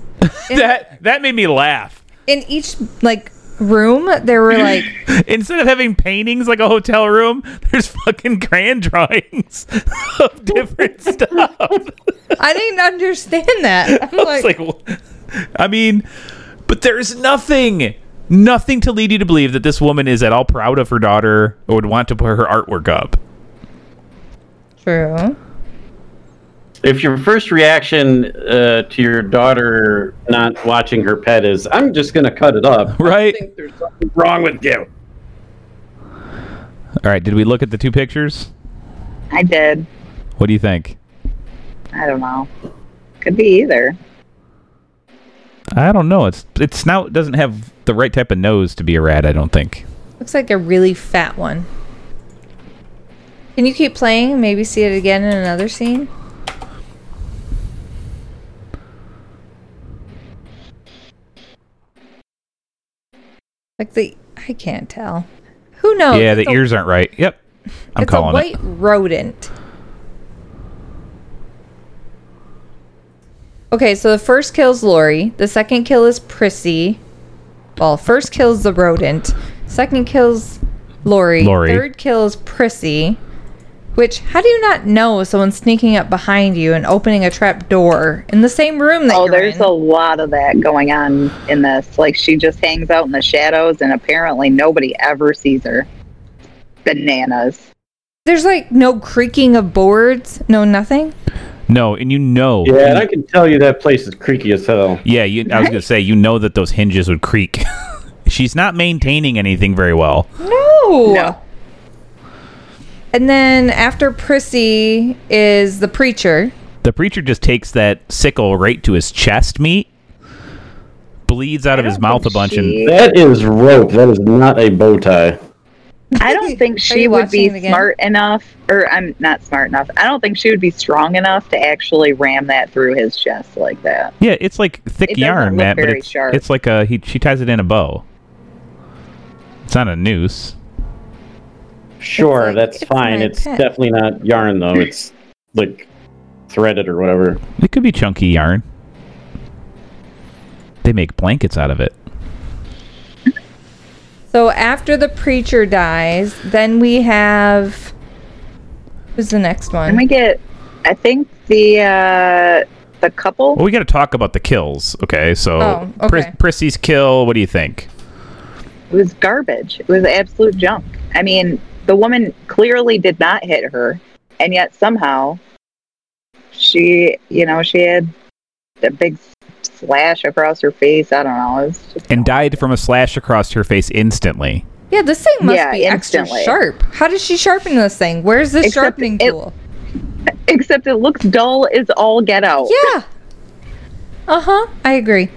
Speaker 4: That that made me laugh.
Speaker 3: In each like room, there were like
Speaker 4: Instead of having paintings like a hotel room, there's fucking grand drawings of different stuff.
Speaker 3: I didn't understand that. I'm
Speaker 4: It's
Speaker 3: like,
Speaker 4: like, wh- I mean, but there's nothing, nothing to lead you to believe that this woman is at all proud of her daughter or would want to put her artwork up.
Speaker 3: true.
Speaker 5: If your first reaction uh, to your daughter not watching her pet is, I'm just going to cut it up,
Speaker 4: Right?
Speaker 5: there's something wrong with you.
Speaker 4: All right. Did we look at the two pictures?
Speaker 2: I did.
Speaker 4: What do you think?
Speaker 2: I don't know. Could be either.
Speaker 4: I don't know. It's its snout doesn't have the right type of nose to be a rat. I don't think.
Speaker 3: Looks like a really fat one. Can you keep playing? Maybe see it again in another scene? Like the I can't tell. Who knows?
Speaker 4: yeah,
Speaker 3: Oh, It's
Speaker 4: the
Speaker 3: a-
Speaker 4: ears aren't right. Yep.
Speaker 3: it's
Speaker 4: I'm
Speaker 3: a
Speaker 4: calling
Speaker 3: white
Speaker 4: it.
Speaker 3: rodent. Okay, so the first kill's Lori. The second kill is Prissy. Well, first kill's the rodent. Second kill's Lori.
Speaker 4: Lori.
Speaker 3: Third kill is Prissy. Which, how do you not know someone's sneaking up behind you and opening a trap door in the same room that
Speaker 2: Oh,
Speaker 3: you're
Speaker 2: there's
Speaker 3: in?
Speaker 2: a lot of that going on in this. Like she just hangs out in the shadows, and apparently nobody ever sees her. Bananas.
Speaker 3: there's like no creaking of boards, no nothing.
Speaker 4: No, and you know.
Speaker 5: Yeah, and I can tell you that place is creaky as hell.
Speaker 4: Yeah, you, I was gonna say you know that those hinges would creak. She's not maintaining anything very well.
Speaker 3: No.
Speaker 2: No.
Speaker 3: And then after Prissy is the preacher.
Speaker 4: The preacher just takes that sickle right to his chest meat, bleeds out of his
Speaker 2: don't
Speaker 4: mouth a
Speaker 2: think
Speaker 4: bunch,
Speaker 2: she-
Speaker 4: and
Speaker 5: That is rope. That is not a bow tie.
Speaker 2: I don't think she
Speaker 3: you
Speaker 2: would be
Speaker 3: watching it again?
Speaker 2: smart enough, or I'm not smart enough. I don't think she would be strong enough to actually ram that through his chest like that.
Speaker 4: yeah, it's like thick
Speaker 2: It doesn't
Speaker 4: yarn,
Speaker 2: look
Speaker 4: Matt. But
Speaker 2: very
Speaker 4: it's,
Speaker 2: sharp.
Speaker 4: it's like a he, she ties it in a bow. It's not a noose.
Speaker 5: Sure,
Speaker 3: like,
Speaker 5: that's
Speaker 3: it's
Speaker 5: fine.
Speaker 3: my
Speaker 5: It's
Speaker 3: pet.
Speaker 5: definitely not yarn though. It's like threaded or whatever.
Speaker 4: It could be chunky yarn. They make blankets out of it.
Speaker 3: So after the preacher dies, then we have who's the next one?
Speaker 2: And we get, I think the uh, the couple.
Speaker 4: Well, we got to talk about the kills. Okay, so
Speaker 3: Oh, okay.
Speaker 4: Pris- Prissy's kill. What do you think?
Speaker 2: It was garbage. It was absolute junk. I mean, the woman clearly did not hit her, and yet somehow she, you know, she had a big slash across her face. I don't know. It was just
Speaker 4: And died from a slash across her face instantly.
Speaker 3: yeah, this thing must
Speaker 2: Yeah,
Speaker 3: be extra
Speaker 2: instantly.
Speaker 3: sharp. How does she sharpen this thing? Where's this
Speaker 2: Except
Speaker 3: sharpening
Speaker 2: it-
Speaker 3: tool?
Speaker 2: except it looks dull as all get out.
Speaker 3: yeah. Uh huh. I agree.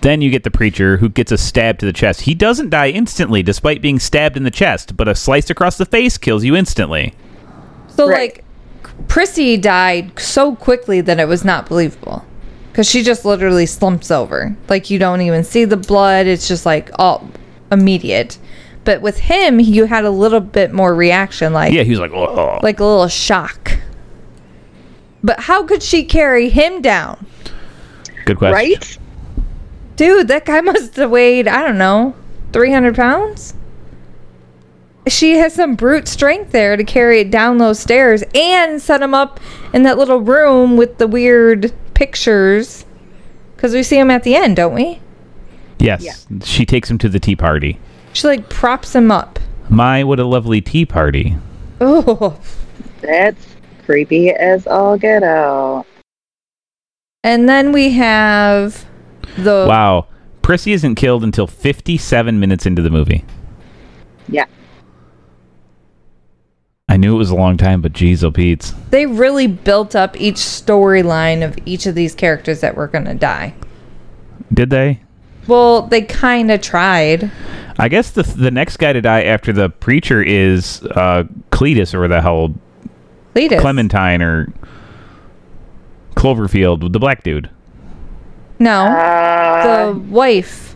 Speaker 4: Then you get the preacher who gets a stab to the chest. He doesn't die instantly despite being stabbed in the chest, but a slice across the face kills you instantly.
Speaker 3: So
Speaker 2: Right.
Speaker 3: like, Prissy died so quickly that it was not believable, because she just literally slumps over. Like you don't even see the blood. It's just like all immediate. But with him, you had a little bit more reaction. Like
Speaker 4: Yeah, he was like, oh.
Speaker 3: like a little shock. But how could she carry him down?
Speaker 4: good question.
Speaker 2: Right?
Speaker 3: Dude, that guy must have weighed, I don't know, 300 pounds? She has some brute strength there to carry it down those stairs and set him up in that little room with the weird pictures. Because we see him at the end, don't we?
Speaker 4: Yes, she takes him to the tea party.
Speaker 3: She like props him up.
Speaker 4: My, what a lovely tea party.
Speaker 3: Oh.
Speaker 2: That's creepy as all get out.
Speaker 3: And then we have the.
Speaker 4: Wow. Prissy isn't killed until 57 minutes into the movie.
Speaker 2: Yeah.
Speaker 4: I knew it was a long time, but geez, oh, Pete's.
Speaker 3: they really built up each storyline of each of these characters that were going to die.
Speaker 4: Did they?
Speaker 3: Well, they kind of tried.
Speaker 4: I guess the the next guy to die after the preacher is uh, Cletus or the hell
Speaker 3: Lead us.
Speaker 4: Clementine or Cloverfield with the black dude.
Speaker 3: No.
Speaker 2: Uh,
Speaker 3: the wife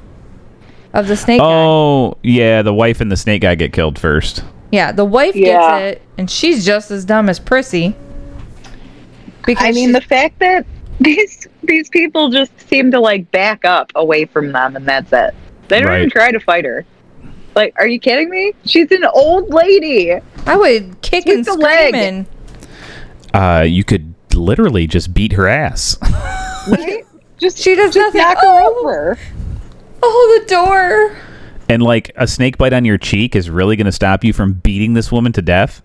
Speaker 3: of the snake guy.
Speaker 4: Oh, yeah, the wife and the snake guy get killed first.
Speaker 3: Yeah, the wife
Speaker 2: Yeah.
Speaker 3: gets it, and she's just as dumb as Prissy. Because
Speaker 2: I mean,
Speaker 3: she-
Speaker 2: the fact that these these people just seem to like back up away from them, and that's it. They don't even
Speaker 4: Right.
Speaker 2: try to fight her. Like, are you kidding me? She's an old lady.
Speaker 3: I would kick
Speaker 2: With
Speaker 3: and
Speaker 2: the leg.
Speaker 3: scream and
Speaker 4: Uh, you could literally just beat her ass.
Speaker 2: Right? just
Speaker 3: She does
Speaker 2: just
Speaker 3: nothing.
Speaker 2: knock her
Speaker 3: Oh.
Speaker 2: over.
Speaker 3: oh the door.
Speaker 4: and like a snake bite on your cheek is really going to stop you from beating this woman to death.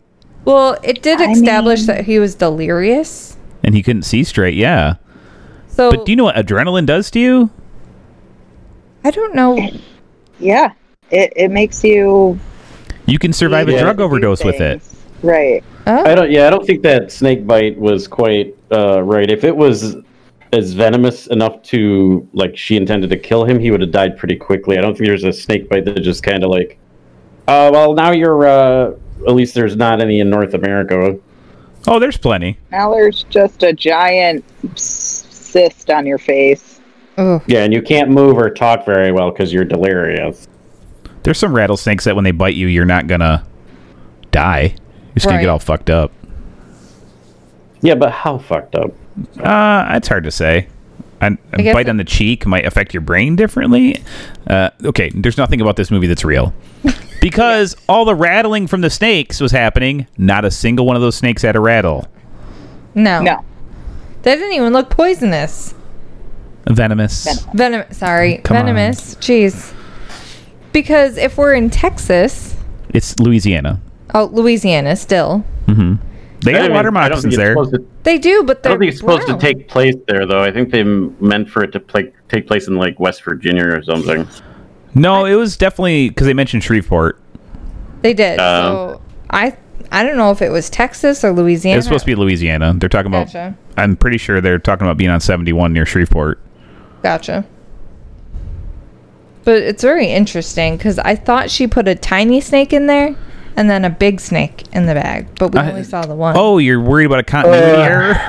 Speaker 3: Well, it did
Speaker 2: I
Speaker 3: establish
Speaker 2: mean-
Speaker 3: that he was delirious.
Speaker 4: And he couldn't see straight, yeah.
Speaker 3: So
Speaker 4: But do you know what adrenaline does to you?
Speaker 3: I don't know.
Speaker 2: Yeah, it it makes you
Speaker 4: You can survive a
Speaker 5: Yeah.
Speaker 4: drug overdose with it.
Speaker 2: Right.
Speaker 5: I
Speaker 3: Oh,
Speaker 5: don't. Yeah, I don't think that snake bite was quite uh, right. If it was as venomous enough to like she intended to kill him, he would have died pretty quickly. I don't think there's a snake bite that just kind of like, uh, well, now you're. Uh, at least there's not any in North America.
Speaker 4: Oh, there's plenty.
Speaker 2: Now there's just a giant s- cyst on your face.
Speaker 3: Ugh.
Speaker 5: Yeah, and you can't move or talk very well because you're delirious.
Speaker 4: There's some rattlesnakes that when they bite you, you're not going to die. You're just going to
Speaker 3: Right.
Speaker 4: get all fucked up.
Speaker 5: Yeah, but how fucked up?
Speaker 4: Uh, it's hard to say. An- A,
Speaker 3: guess
Speaker 4: bite
Speaker 3: it-
Speaker 4: on the cheek might affect your brain differently. Uh, okay, there's nothing about this movie that's real. Because all the rattling from the snakes was happening, not a single one of those snakes had a rattle.
Speaker 3: no.
Speaker 2: No.
Speaker 3: That didn't even look poisonous.
Speaker 4: Venomous.
Speaker 3: Venom. Sorry,
Speaker 4: Come on.
Speaker 3: venomous. Jeez. Because if we're in Texas,
Speaker 4: It's Louisiana.
Speaker 3: oh Louisiana, still
Speaker 4: They got water moccasins there.
Speaker 3: they do, but
Speaker 5: I
Speaker 3: they're
Speaker 5: don't think it's supposed to
Speaker 3: brown.
Speaker 5: take place there, though. I think they m- meant for it to play, take place in like West Virginia or something.
Speaker 4: No, it was definitely because they mentioned Shreveport.
Speaker 3: They did.
Speaker 5: Um,
Speaker 3: so I I don't know if it was Texas or
Speaker 4: It
Speaker 3: Louisiana.
Speaker 4: was supposed to be Louisiana. They're talking about.
Speaker 3: Gotcha.
Speaker 4: I'm pretty sure they're talking about being on 71 near Shreveport.
Speaker 3: Gotcha. But it's very interesting because I thought she put a tiny snake in there and then a big snake in the bag, but we
Speaker 4: I-
Speaker 3: only saw the one.
Speaker 4: Oh, Uh. you're worried about a continuity error?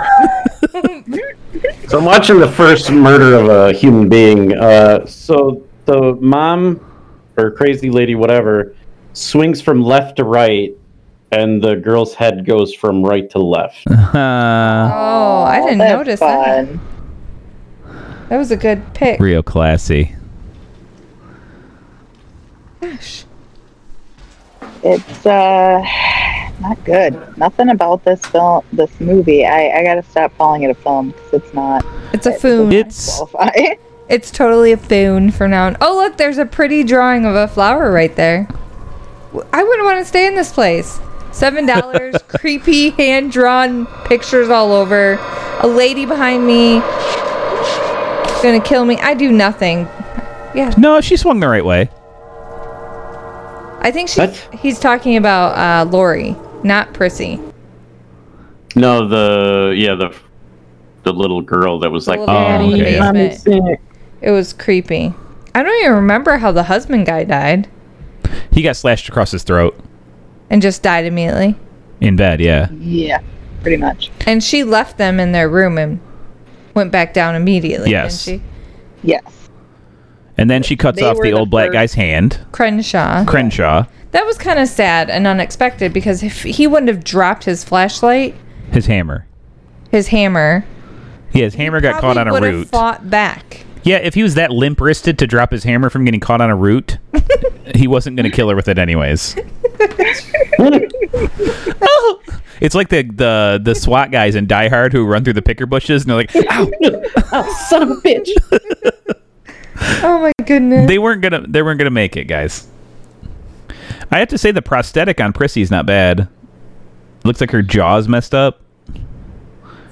Speaker 5: So I'm watching the first murder of a human being. Uh, so the mom or crazy lady, whatever, swings from left to right, and the girl's head goes from right to left.
Speaker 4: Uh,
Speaker 3: Oh, I didn't
Speaker 2: that's
Speaker 3: notice that.
Speaker 2: fun.
Speaker 3: That was a good pick.
Speaker 4: real classy.
Speaker 3: Gosh.
Speaker 2: It's uh not good. Nothing about this film, this movie. I I gotta stop calling it a film because it's not
Speaker 3: It's a foon.
Speaker 4: It's
Speaker 2: qualify.
Speaker 3: it's totally a foon from now on. Oh, look, there's a pretty drawing of a flower right there. W- I wouldn't want to stay in this place. Seven dollars, creepy hand drawn pictures all over. A lady behind me is gonna kill me. I do nothing. Yeah,
Speaker 4: no, she swung the right way.
Speaker 3: I think she.
Speaker 5: What?
Speaker 3: He's talking about uh, Lori, not Prissy.
Speaker 5: No, the yeah the the little girl that was
Speaker 3: The
Speaker 5: like oh,
Speaker 3: little girl in the
Speaker 4: okay.
Speaker 3: basement. It was creepy. I don't even remember how the husband guy died
Speaker 4: He got slashed across his throat
Speaker 3: and just died immediately.
Speaker 4: in bed, yeah.
Speaker 2: yeah, pretty much.
Speaker 3: And she left them in their room and went back down immediately.
Speaker 4: Yes.
Speaker 3: Didn't she?
Speaker 2: Yes.
Speaker 4: And then she cuts
Speaker 2: They
Speaker 4: off
Speaker 2: were
Speaker 4: the
Speaker 2: the
Speaker 4: old black
Speaker 2: first-
Speaker 4: guy's hand,
Speaker 3: Crenshaw.
Speaker 4: Crenshaw.
Speaker 3: That was kind of sad and unexpected because if he wouldn't have dropped his flashlight,
Speaker 4: His hammer.
Speaker 3: his hammer,
Speaker 4: Yeah, his hammer got caught
Speaker 3: probably
Speaker 4: on a
Speaker 3: would have
Speaker 4: root.
Speaker 3: fought back.
Speaker 4: Yeah, if he was that limp wristed to drop his hammer from getting caught on a root, he wasn't going to kill her with it anyways. Oh! It's like the, the the SWAT guys in Die Hard who run through the picker bushes and they're like, "Ow!"
Speaker 2: Son of a bitch.
Speaker 3: Oh my goodness.
Speaker 4: they weren't gonna they weren't gonna make it, guys. I have to say the prosthetic on Prissy's not bad. Looks like her jaw's messed up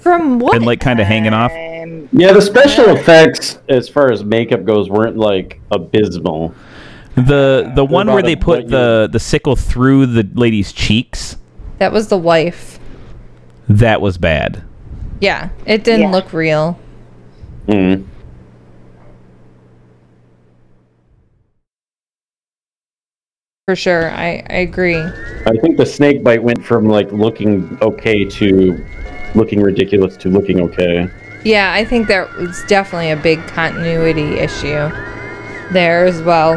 Speaker 3: From what?
Speaker 4: and like kind of hanging off.
Speaker 2: I'm
Speaker 5: yeah the special effects as far as makeup goes weren't like abysmal.
Speaker 4: The the one where
Speaker 5: about
Speaker 4: they
Speaker 5: a-
Speaker 4: put
Speaker 5: what
Speaker 4: the the sickle through the lady's cheeks,
Speaker 3: that was the wife.
Speaker 4: that was bad.
Speaker 3: Yeah, it didn't
Speaker 2: Yeah.
Speaker 3: look real.
Speaker 5: Mm.
Speaker 3: for sure. I, I agree.
Speaker 5: I think the snake bite went from like looking okay to looking ridiculous to looking okay.
Speaker 3: Yeah, I think that was definitely a big continuity issue there as well.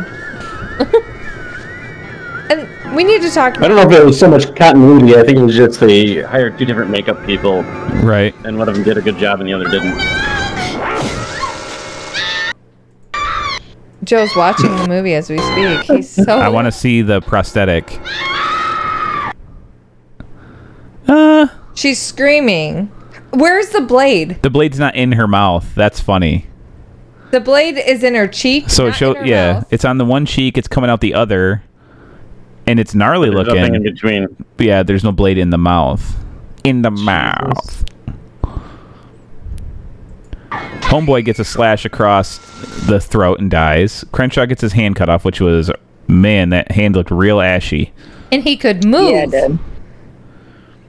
Speaker 3: and we need to talk.
Speaker 5: I don't know if it was so much continuity. I think it was just they hired two different makeup people,
Speaker 4: Right.
Speaker 5: and one of them did a good job and the other didn't.
Speaker 3: Joe's watching the movie as we speak. He's so.
Speaker 4: I want to see the prosthetic. Uh,
Speaker 3: She's screaming. Where's the blade?
Speaker 4: the blade's not in her mouth. That's funny.
Speaker 3: The blade is in her cheek.
Speaker 4: So
Speaker 3: not
Speaker 4: it shows,
Speaker 3: in her
Speaker 4: yeah,
Speaker 3: mouth.
Speaker 4: it's on the one cheek, it's coming out the other, and it's gnarly
Speaker 5: There's nothing in
Speaker 4: looking.
Speaker 5: between.
Speaker 4: But yeah, there's no blade in the mouth. In the mouth. Homeboy gets a slash across the throat and dies. Crenshaw gets his hand cut off, which was man, that hand looked real ashy.
Speaker 3: and he could move.
Speaker 2: Yeah, I did.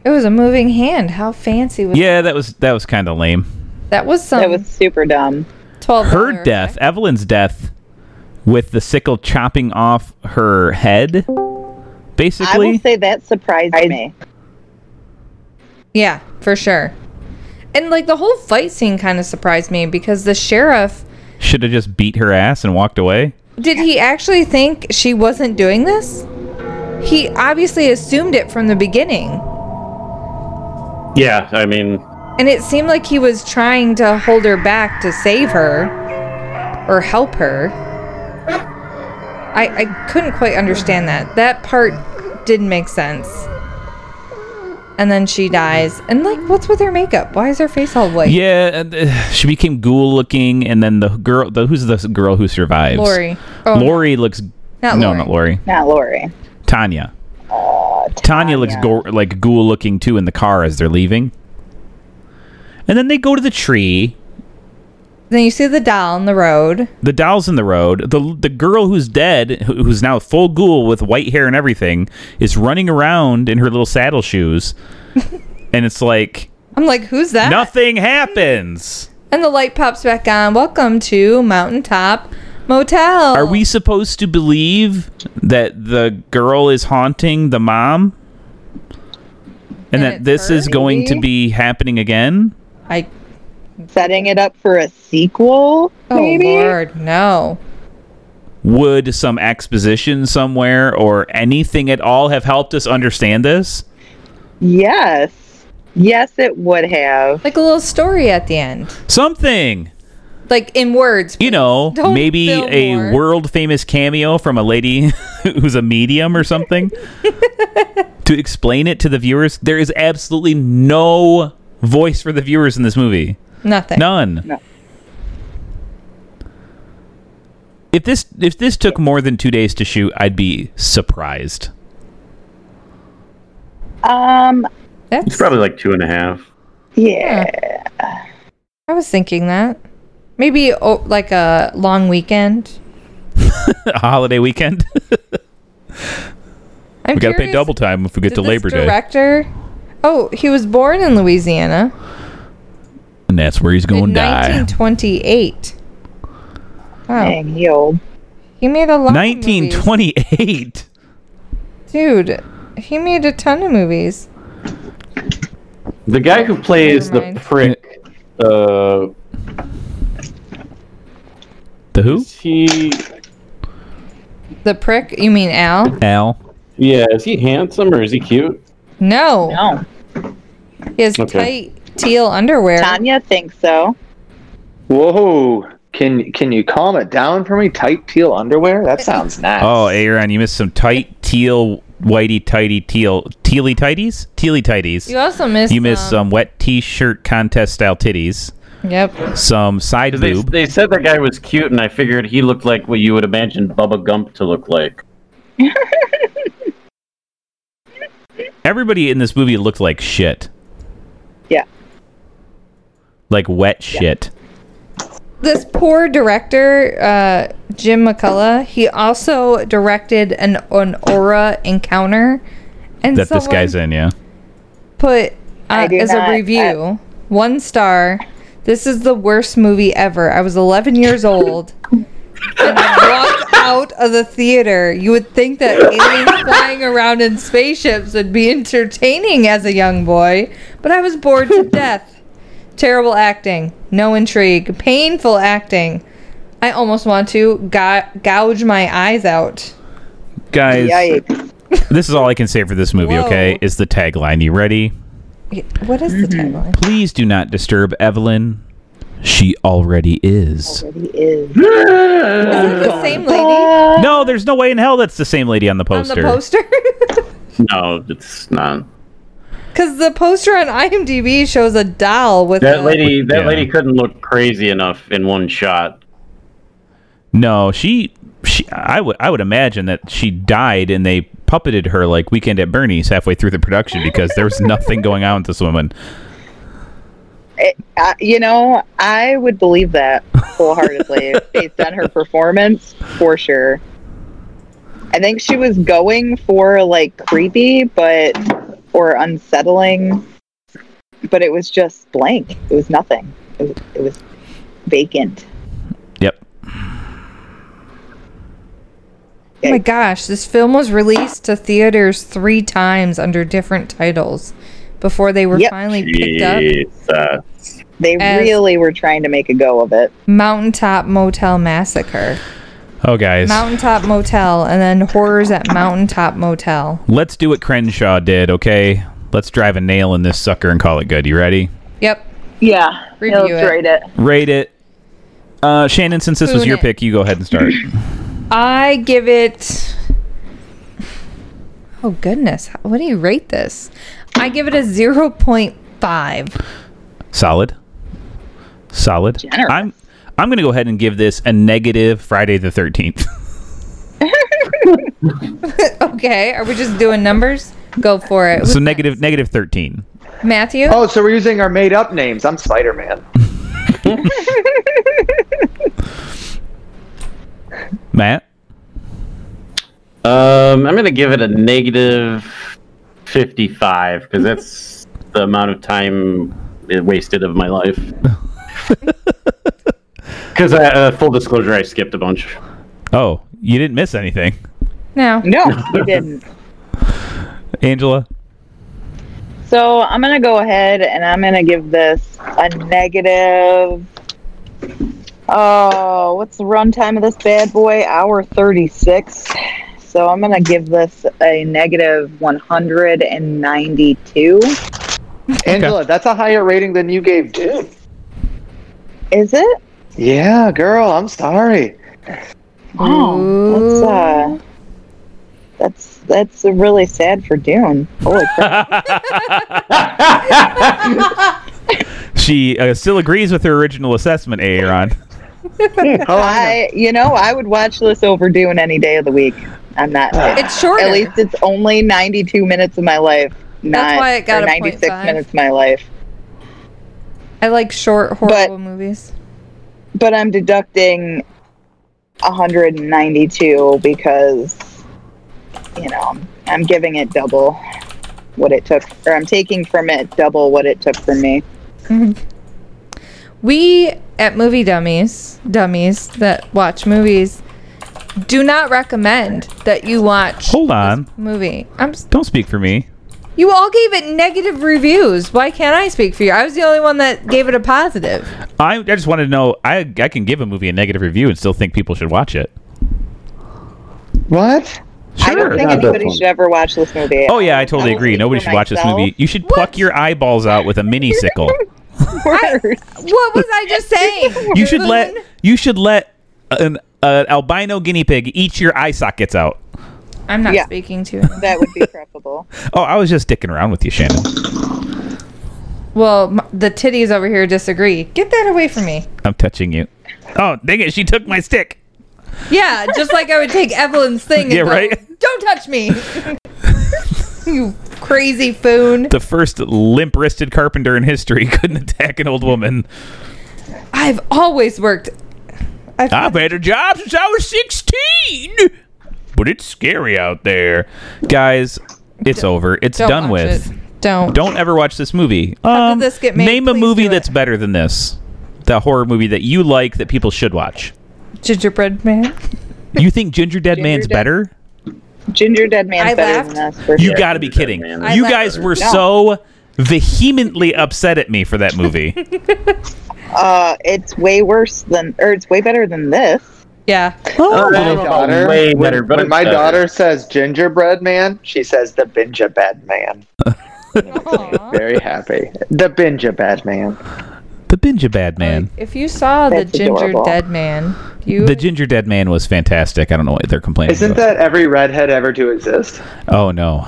Speaker 3: It was a moving hand. How fancy was
Speaker 4: Yeah, that was that was kind of lame.
Speaker 3: that? Was some
Speaker 2: That was super dumb.
Speaker 3: twelve.
Speaker 4: her death, Evelyn's death, with the sickle chopping off her head,
Speaker 2: I will
Speaker 4: basically.
Speaker 2: say that surprised me.
Speaker 3: Yeah, for sure. And like the whole fight scene kind of surprised me because the sheriff
Speaker 4: Should have just beat her ass and walked away.
Speaker 3: did he actually think she wasn't doing this? He obviously assumed it from the beginning.
Speaker 5: Yeah, I mean,
Speaker 3: And it seemed like he was trying to hold her back to save her or help her. I, I couldn't quite understand that. That part didn't make sense. And then she dies. And like, what's with her makeup? Why is her face all white?
Speaker 4: Yeah, and, uh, she became ghoul looking, and then the girl, the, who's the girl who survives?
Speaker 3: Lori. Oh.
Speaker 4: Lori looks.
Speaker 3: Not
Speaker 4: no,
Speaker 3: Lori.
Speaker 4: not Lori.
Speaker 2: Not Lori.
Speaker 4: Tanya. Tanya looks go- like ghoul looking too in the car as they're leaving. And then they go to the tree.
Speaker 3: Then you see the doll on the road.
Speaker 4: the doll's in the road. The the girl who's dead, who- who's now full ghoul with white hair and everything, is running around in her little saddle shoes, and it's like
Speaker 3: I'm like, who's that?
Speaker 4: nothing happens.
Speaker 3: And the light pops back on. Welcome to Mountaintop Motel.
Speaker 4: Are we supposed to believe that the girl is haunting the mom, and
Speaker 3: And
Speaker 4: that
Speaker 3: it's
Speaker 4: this
Speaker 3: her,
Speaker 4: is going to be happening again?
Speaker 3: I
Speaker 2: Setting it up for a sequel,
Speaker 3: oh
Speaker 2: maybe?
Speaker 3: lord, no.
Speaker 4: Would some exposition somewhere or anything at all have helped us understand this?
Speaker 2: Yes. Yes, it would have.
Speaker 3: Like a little story at the end.
Speaker 4: Something.
Speaker 3: Like in words.
Speaker 4: you know,
Speaker 3: Don't
Speaker 4: maybe
Speaker 3: film
Speaker 4: a
Speaker 3: more.
Speaker 4: world famous cameo from a lady who's a medium or something to explain it to the viewers. There is absolutely no voice for the viewers in this movie.
Speaker 3: Nothing.
Speaker 4: None.
Speaker 2: No.
Speaker 4: If this if this took more than 2 days to shoot, I'd be surprised.
Speaker 2: Um,
Speaker 5: it's
Speaker 3: That's,
Speaker 5: probably like two and a half.
Speaker 2: yeah.
Speaker 3: I was thinking that. Maybe oh, like a long weekend.
Speaker 4: a holiday weekend.
Speaker 3: I'm
Speaker 4: we got to pay
Speaker 3: curious,
Speaker 4: double time if we get
Speaker 3: did
Speaker 4: to
Speaker 3: this
Speaker 4: Labor Day.
Speaker 3: director, Oh, he was born in Louisiana
Speaker 4: And that's where he's going to
Speaker 3: in
Speaker 4: die.
Speaker 3: 1928. Wow.
Speaker 2: Dang, he old.
Speaker 3: He made a lot of
Speaker 4: 1928.
Speaker 3: movies. Dude, he made a ton of movies.
Speaker 5: The guy who plays
Speaker 3: Never
Speaker 5: the
Speaker 3: mind.
Speaker 5: prick, uh,
Speaker 4: The who?
Speaker 5: is he?
Speaker 3: The prick, you mean Al?
Speaker 4: Al.
Speaker 5: Yeah, is he handsome or is he cute?
Speaker 3: No.
Speaker 2: No.
Speaker 3: He has
Speaker 5: Okay.
Speaker 3: tight teal underwear.
Speaker 2: Tanya thinks so.
Speaker 6: Whoa! Can can you calm it down for me? Tight teal underwear? That sounds nice.
Speaker 4: Oh, Aaron, you missed some tight teal, whitey tighty teal, tealy tighties, tealy tighties.
Speaker 3: You also missed
Speaker 4: You uh, missed some wet t-shirt contest style titties,
Speaker 3: Yep.
Speaker 4: some side
Speaker 5: They,
Speaker 4: boob.
Speaker 5: they said that guy was cute, and I figured he looked like what you would imagine Bubba Gump to look like.
Speaker 4: Everybody in this movie looked like shit,
Speaker 2: Yeah.
Speaker 4: like wet shit.
Speaker 3: this poor director, uh, Jim McCullough, he also directed an an aura encounter, and
Speaker 4: That this guy's
Speaker 3: someone
Speaker 4: in, yeah.
Speaker 3: put uh,
Speaker 2: I do
Speaker 3: as
Speaker 2: not-
Speaker 3: a review one star. This is the worst movie ever. I was 11 years old, and walked out of the theater, you would think that aliens flying around in spaceships would be entertaining as a young boy, but I was bored to death. Terrible acting, no intrigue, painful acting. I almost want to gou- gouge my eyes out.
Speaker 4: Guys,
Speaker 2: Yikes.
Speaker 4: this is all I can say for this movie,
Speaker 3: Whoa.
Speaker 4: okay? Is the tagline. You ready?
Speaker 3: What is the
Speaker 2: Mm-hmm.
Speaker 3: tagline?
Speaker 4: Please do not disturb Evelyn. She already is.
Speaker 2: He is.
Speaker 3: Is it
Speaker 2: Uh,
Speaker 3: the same lady on
Speaker 4: No, there's no way in hell that's the same lady on the poster.
Speaker 3: the poster?
Speaker 1: No, it's not.
Speaker 3: Because the poster on IMDb shows a doll with
Speaker 5: That
Speaker 3: a-
Speaker 5: lady, that
Speaker 4: Yeah.
Speaker 5: lady couldn't look crazy enough in one shot.
Speaker 4: No, she, she I would I would imagine that she died and they puppeted her like Weekend at Bernie's halfway through the production because there was nothing going on with this woman.
Speaker 2: I, Uh, you know, I would believe that wholeheartedly based on her performance for sure. I think she was going for like creepy, but or unsettling, but it was just blank. It was nothing. It was, it was vacant.
Speaker 4: Yep.
Speaker 3: Oh my gosh, this film was released to theaters three times under different titles before they were
Speaker 2: Yep.
Speaker 3: finally picked up.
Speaker 5: uh,
Speaker 1: Jesus.
Speaker 2: They
Speaker 3: As-
Speaker 2: really were trying to make a go of it.
Speaker 3: Mountaintop Motel Massacre,
Speaker 4: Oh guys,
Speaker 3: Mountaintop Motel, and then Horrors at Mountaintop Motel.
Speaker 4: let's do what Crenshaw did, okay? Let's drive a nail in this sucker and call it good. You ready?
Speaker 3: Yep.
Speaker 2: Yeah,
Speaker 3: Review it.
Speaker 2: illustrate it.
Speaker 4: Rate it. Uh, Shannon, since this was
Speaker 3: Spoon
Speaker 4: your
Speaker 3: it.
Speaker 4: pick, you go ahead and start.
Speaker 3: I give it. Oh goodness, what do you rate this? I give it a 0.5.
Speaker 4: Solid. Solid.
Speaker 2: Generous.
Speaker 4: I'm I'm gonna go ahead and give this a negative Friday the thirteenth.
Speaker 3: Okay, are we just doing numbers? Go for it.
Speaker 4: so negative negative thirteen.
Speaker 3: Matthew?
Speaker 6: Oh, so we're using our made up names. I'm Spider Man.
Speaker 4: Matt?
Speaker 5: Um, I'm gonna give it a negative fifty-five because that's the amount of time it wasted of my life. Because uh, full disclosure, I skipped a bunch.
Speaker 4: Oh, you didn't miss anything.
Speaker 3: No.
Speaker 2: No, you didn't.
Speaker 4: Angela?
Speaker 2: So I'm gonna go ahead and I'm gonna give this a negative. Oh, what's the runtime of this bad boy? Hour 36. So I'm gonna give this a negative 192.
Speaker 6: Angela, that's a higher rating than you gave Dune.
Speaker 2: Is it?
Speaker 6: Yeah, girl, I'm sorry.
Speaker 2: That's uh, that's that's really sad for Dune. Holy crap!
Speaker 4: She uh, still agrees with her original assessment, Aaron.
Speaker 6: Oh, I
Speaker 2: I, you know, I would watch this over Dune any day of the week. I'm not.
Speaker 3: It's shorter.
Speaker 2: At least it's only 92 minutes of my life. Not,
Speaker 3: why it got
Speaker 2: or
Speaker 3: a
Speaker 2: 96
Speaker 3: 0.5.
Speaker 2: minutes of my life.
Speaker 3: I like short, horrible
Speaker 2: But-
Speaker 3: movies.
Speaker 2: But I'm deducting 192 because, you know, I'm giving it double what it took, or I'm taking from it double what it took from me.
Speaker 3: We at Movie Dummies, dummies that watch movies, do not recommend that you watch
Speaker 4: Hold on.
Speaker 3: movie. I'm. s-
Speaker 4: Don't speak for me.
Speaker 3: You all gave it negative reviews. Why can't I speak for you? I was the only one that gave it a positive.
Speaker 4: I, I just wanted to know I I can give a movie a negative review and still think people should watch it.
Speaker 6: what?
Speaker 4: Sure.
Speaker 2: I don't think
Speaker 5: Not this
Speaker 2: anybody
Speaker 5: one.
Speaker 2: should ever watch this movie.
Speaker 4: Oh yeah, I totally agree. Nobody should watch this movie. You should pluck
Speaker 3: What?
Speaker 4: your eyeballs out with a mini sickle.
Speaker 3: What was I just saying?
Speaker 4: you should let
Speaker 3: Spoon?
Speaker 4: you should let an uh, albino guinea pig eat your eye sockets out.
Speaker 3: I'm not
Speaker 2: Yeah.
Speaker 3: speaking to him.
Speaker 2: that would be preferable.
Speaker 4: Oh, I was just dicking around with you, Shannon.
Speaker 3: Well, m- the titties over here disagree. Get that away from me.
Speaker 4: I'm touching you. Oh, dang it! She took my stick.
Speaker 3: Yeah, just like I would take Evelyn's thing. And
Speaker 4: Yeah,
Speaker 3: go,
Speaker 4: right?
Speaker 3: Don't touch me. you crazy foon.
Speaker 4: The first limp-wristed carpenter in history couldn't attack an old woman.
Speaker 3: I've always worked. I've,
Speaker 4: I've had a job since I was 16, but it's scary out there, guys. It's over. It's
Speaker 3: don't
Speaker 4: done
Speaker 3: watch
Speaker 4: with.
Speaker 3: it. Don't.
Speaker 4: Don't ever watch this movie.
Speaker 3: did
Speaker 4: Um,
Speaker 3: this get made?
Speaker 4: Name a
Speaker 3: Please
Speaker 4: movie
Speaker 3: do it.
Speaker 4: that's better than this. The horror movie that you like that people should watch.
Speaker 3: Gingerbread man.
Speaker 4: You think Ginger Dead
Speaker 2: Ginger
Speaker 4: Man's
Speaker 2: Dead-
Speaker 4: better?
Speaker 2: Ginger Dead Man's
Speaker 3: I
Speaker 2: better
Speaker 3: laughed.
Speaker 2: than us. For
Speaker 4: You
Speaker 2: sure.
Speaker 4: got to be
Speaker 1: Ginger Dead
Speaker 4: kidding.
Speaker 1: Man. I
Speaker 4: You
Speaker 3: like-
Speaker 4: guys were
Speaker 2: No.
Speaker 4: so vehemently upset at me for that movie.
Speaker 2: Uh, it's way worse than, or it's way better than this.
Speaker 3: Yeah.
Speaker 6: Oh,
Speaker 1: I
Speaker 6: my
Speaker 1: don't know about
Speaker 6: daughter,
Speaker 1: way
Speaker 6: when-
Speaker 1: better,
Speaker 6: when,
Speaker 1: but it's
Speaker 6: my
Speaker 1: better.
Speaker 6: daughter says gingerbread man, she says the bingerbread man. Very happy. The bingerbread man.
Speaker 4: the Binja Bad Man.
Speaker 3: If you saw
Speaker 2: That's
Speaker 3: the ginger
Speaker 2: adorable.
Speaker 3: dead man, you
Speaker 4: The Ginger Dead Man was fantastic. I don't know what they're complaining
Speaker 6: Isn't
Speaker 4: about.
Speaker 6: that every redhead ever to exist?
Speaker 4: oh, no.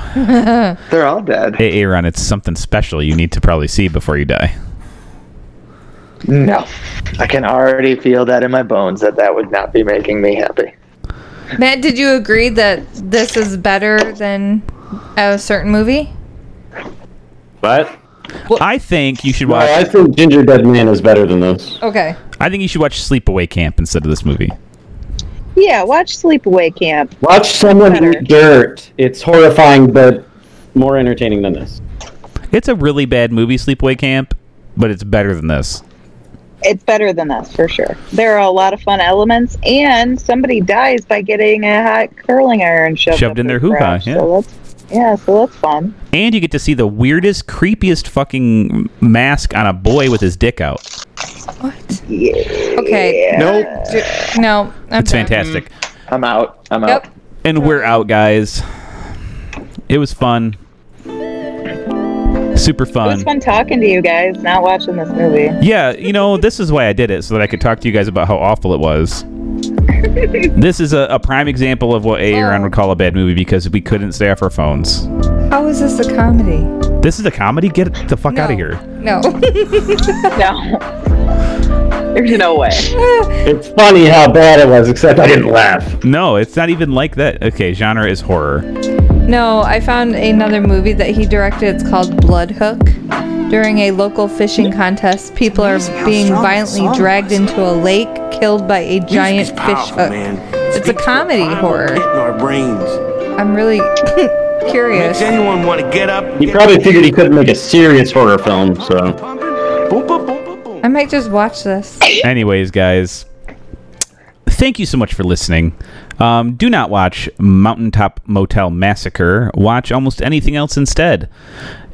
Speaker 6: They're all dead.
Speaker 4: Hey, Aaron, it's something special you need to probably see before you die.
Speaker 6: No, I can already feel that in my bones that that would not be making me happy.
Speaker 3: Matt, did you agree that this is better than a certain movie?
Speaker 5: But
Speaker 4: I think you should
Speaker 5: well, I
Speaker 4: watch.
Speaker 5: think Ginger Dead Man is better than this.
Speaker 3: Okay.
Speaker 4: I think you should watch Sleepaway Camp instead of this movie.
Speaker 2: Yeah, watch Sleepaway Camp.
Speaker 5: Watch someone
Speaker 2: Better.
Speaker 5: eat dirt. It's horrifying, but more entertaining than this.
Speaker 4: It's a really bad movie, Sleepaway Camp, but it's better than this.
Speaker 2: It's better than us for sure. There are a lot of fun elements, and somebody dies by getting a hot curling iron shoved,
Speaker 4: Shoved
Speaker 2: up
Speaker 4: in
Speaker 2: their
Speaker 4: their hoo-ha,
Speaker 2: crotch, So that's, yeah, so that's fun.
Speaker 4: And you get to see the weirdest, creepiest fucking mask on a boy with his dick out.
Speaker 3: What?
Speaker 2: Yeah.
Speaker 3: Okay.
Speaker 6: Nope.
Speaker 3: Ju- No. I'm
Speaker 4: It's
Speaker 3: done.
Speaker 4: fantastic.
Speaker 6: I'm out. I'm out.
Speaker 3: Yep.
Speaker 4: And we're out, guys. It was fun. Super
Speaker 2: It was
Speaker 4: fun.
Speaker 2: fun talking to you guys, not watching this movie.
Speaker 4: Yeah, you know, this is why I did it, so that I could talk to you guys about how awful it was. this is a, a prime example of what Aaron would call a bad movie because we couldn't stay off our phones.
Speaker 3: How is this a comedy?
Speaker 4: This is a comedy? Get the fuck out
Speaker 3: No.
Speaker 4: of here.
Speaker 3: No.
Speaker 2: No. There's no way.
Speaker 5: It's funny how bad it was, except I didn't laugh.
Speaker 4: No, it's not even like that. Okay, genre is horror.
Speaker 3: no, I found another movie that he directed. It's called Blood Hook. During a local fishing contest, people are being violently dragged into a lake, killed by a giant
Speaker 7: Music's powerful,
Speaker 3: fish hook.
Speaker 7: man.
Speaker 3: It's a
Speaker 7: Speaks to
Speaker 3: comedy
Speaker 7: primal
Speaker 3: horror.
Speaker 7: pit in our brains.
Speaker 3: I'm really curious.
Speaker 7: Makes anyone want to get up.
Speaker 5: He probably uh, figured he couldn't make a serious horror film, so.
Speaker 7: Pumping. Boom, boom, boom, boom, boom.
Speaker 3: I might just watch this.
Speaker 4: Anyways, guys, thank you so much for listening. Um, do not watch Mountaintop Motel Massacre. Watch almost anything else instead.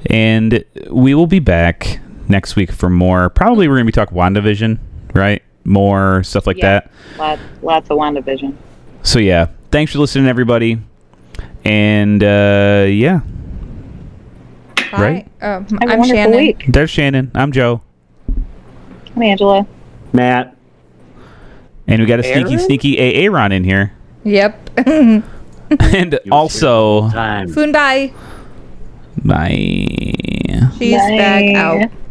Speaker 4: And we will be back next week for more. Probably we're going to be talking WandaVision, right? More stuff like
Speaker 2: Yeah.
Speaker 4: that.
Speaker 2: Lots, lots of WandaVision.
Speaker 4: So, yeah, thanks for listening, everybody. And uh, yeah, Right?
Speaker 3: Hi. Um,
Speaker 2: Have a
Speaker 3: I'm
Speaker 2: wonderful
Speaker 3: Shannon.
Speaker 2: week.
Speaker 4: there's Shannon. I'm Joe.
Speaker 2: I'm Angela.
Speaker 5: Matt.
Speaker 4: And we got a sneaky,
Speaker 6: Aaron?
Speaker 4: sneaky Aaron in here.
Speaker 3: Yep.
Speaker 4: and also,
Speaker 5: Time.
Speaker 3: Funbai.
Speaker 4: bye.
Speaker 3: She's back
Speaker 2: Bye.
Speaker 3: out.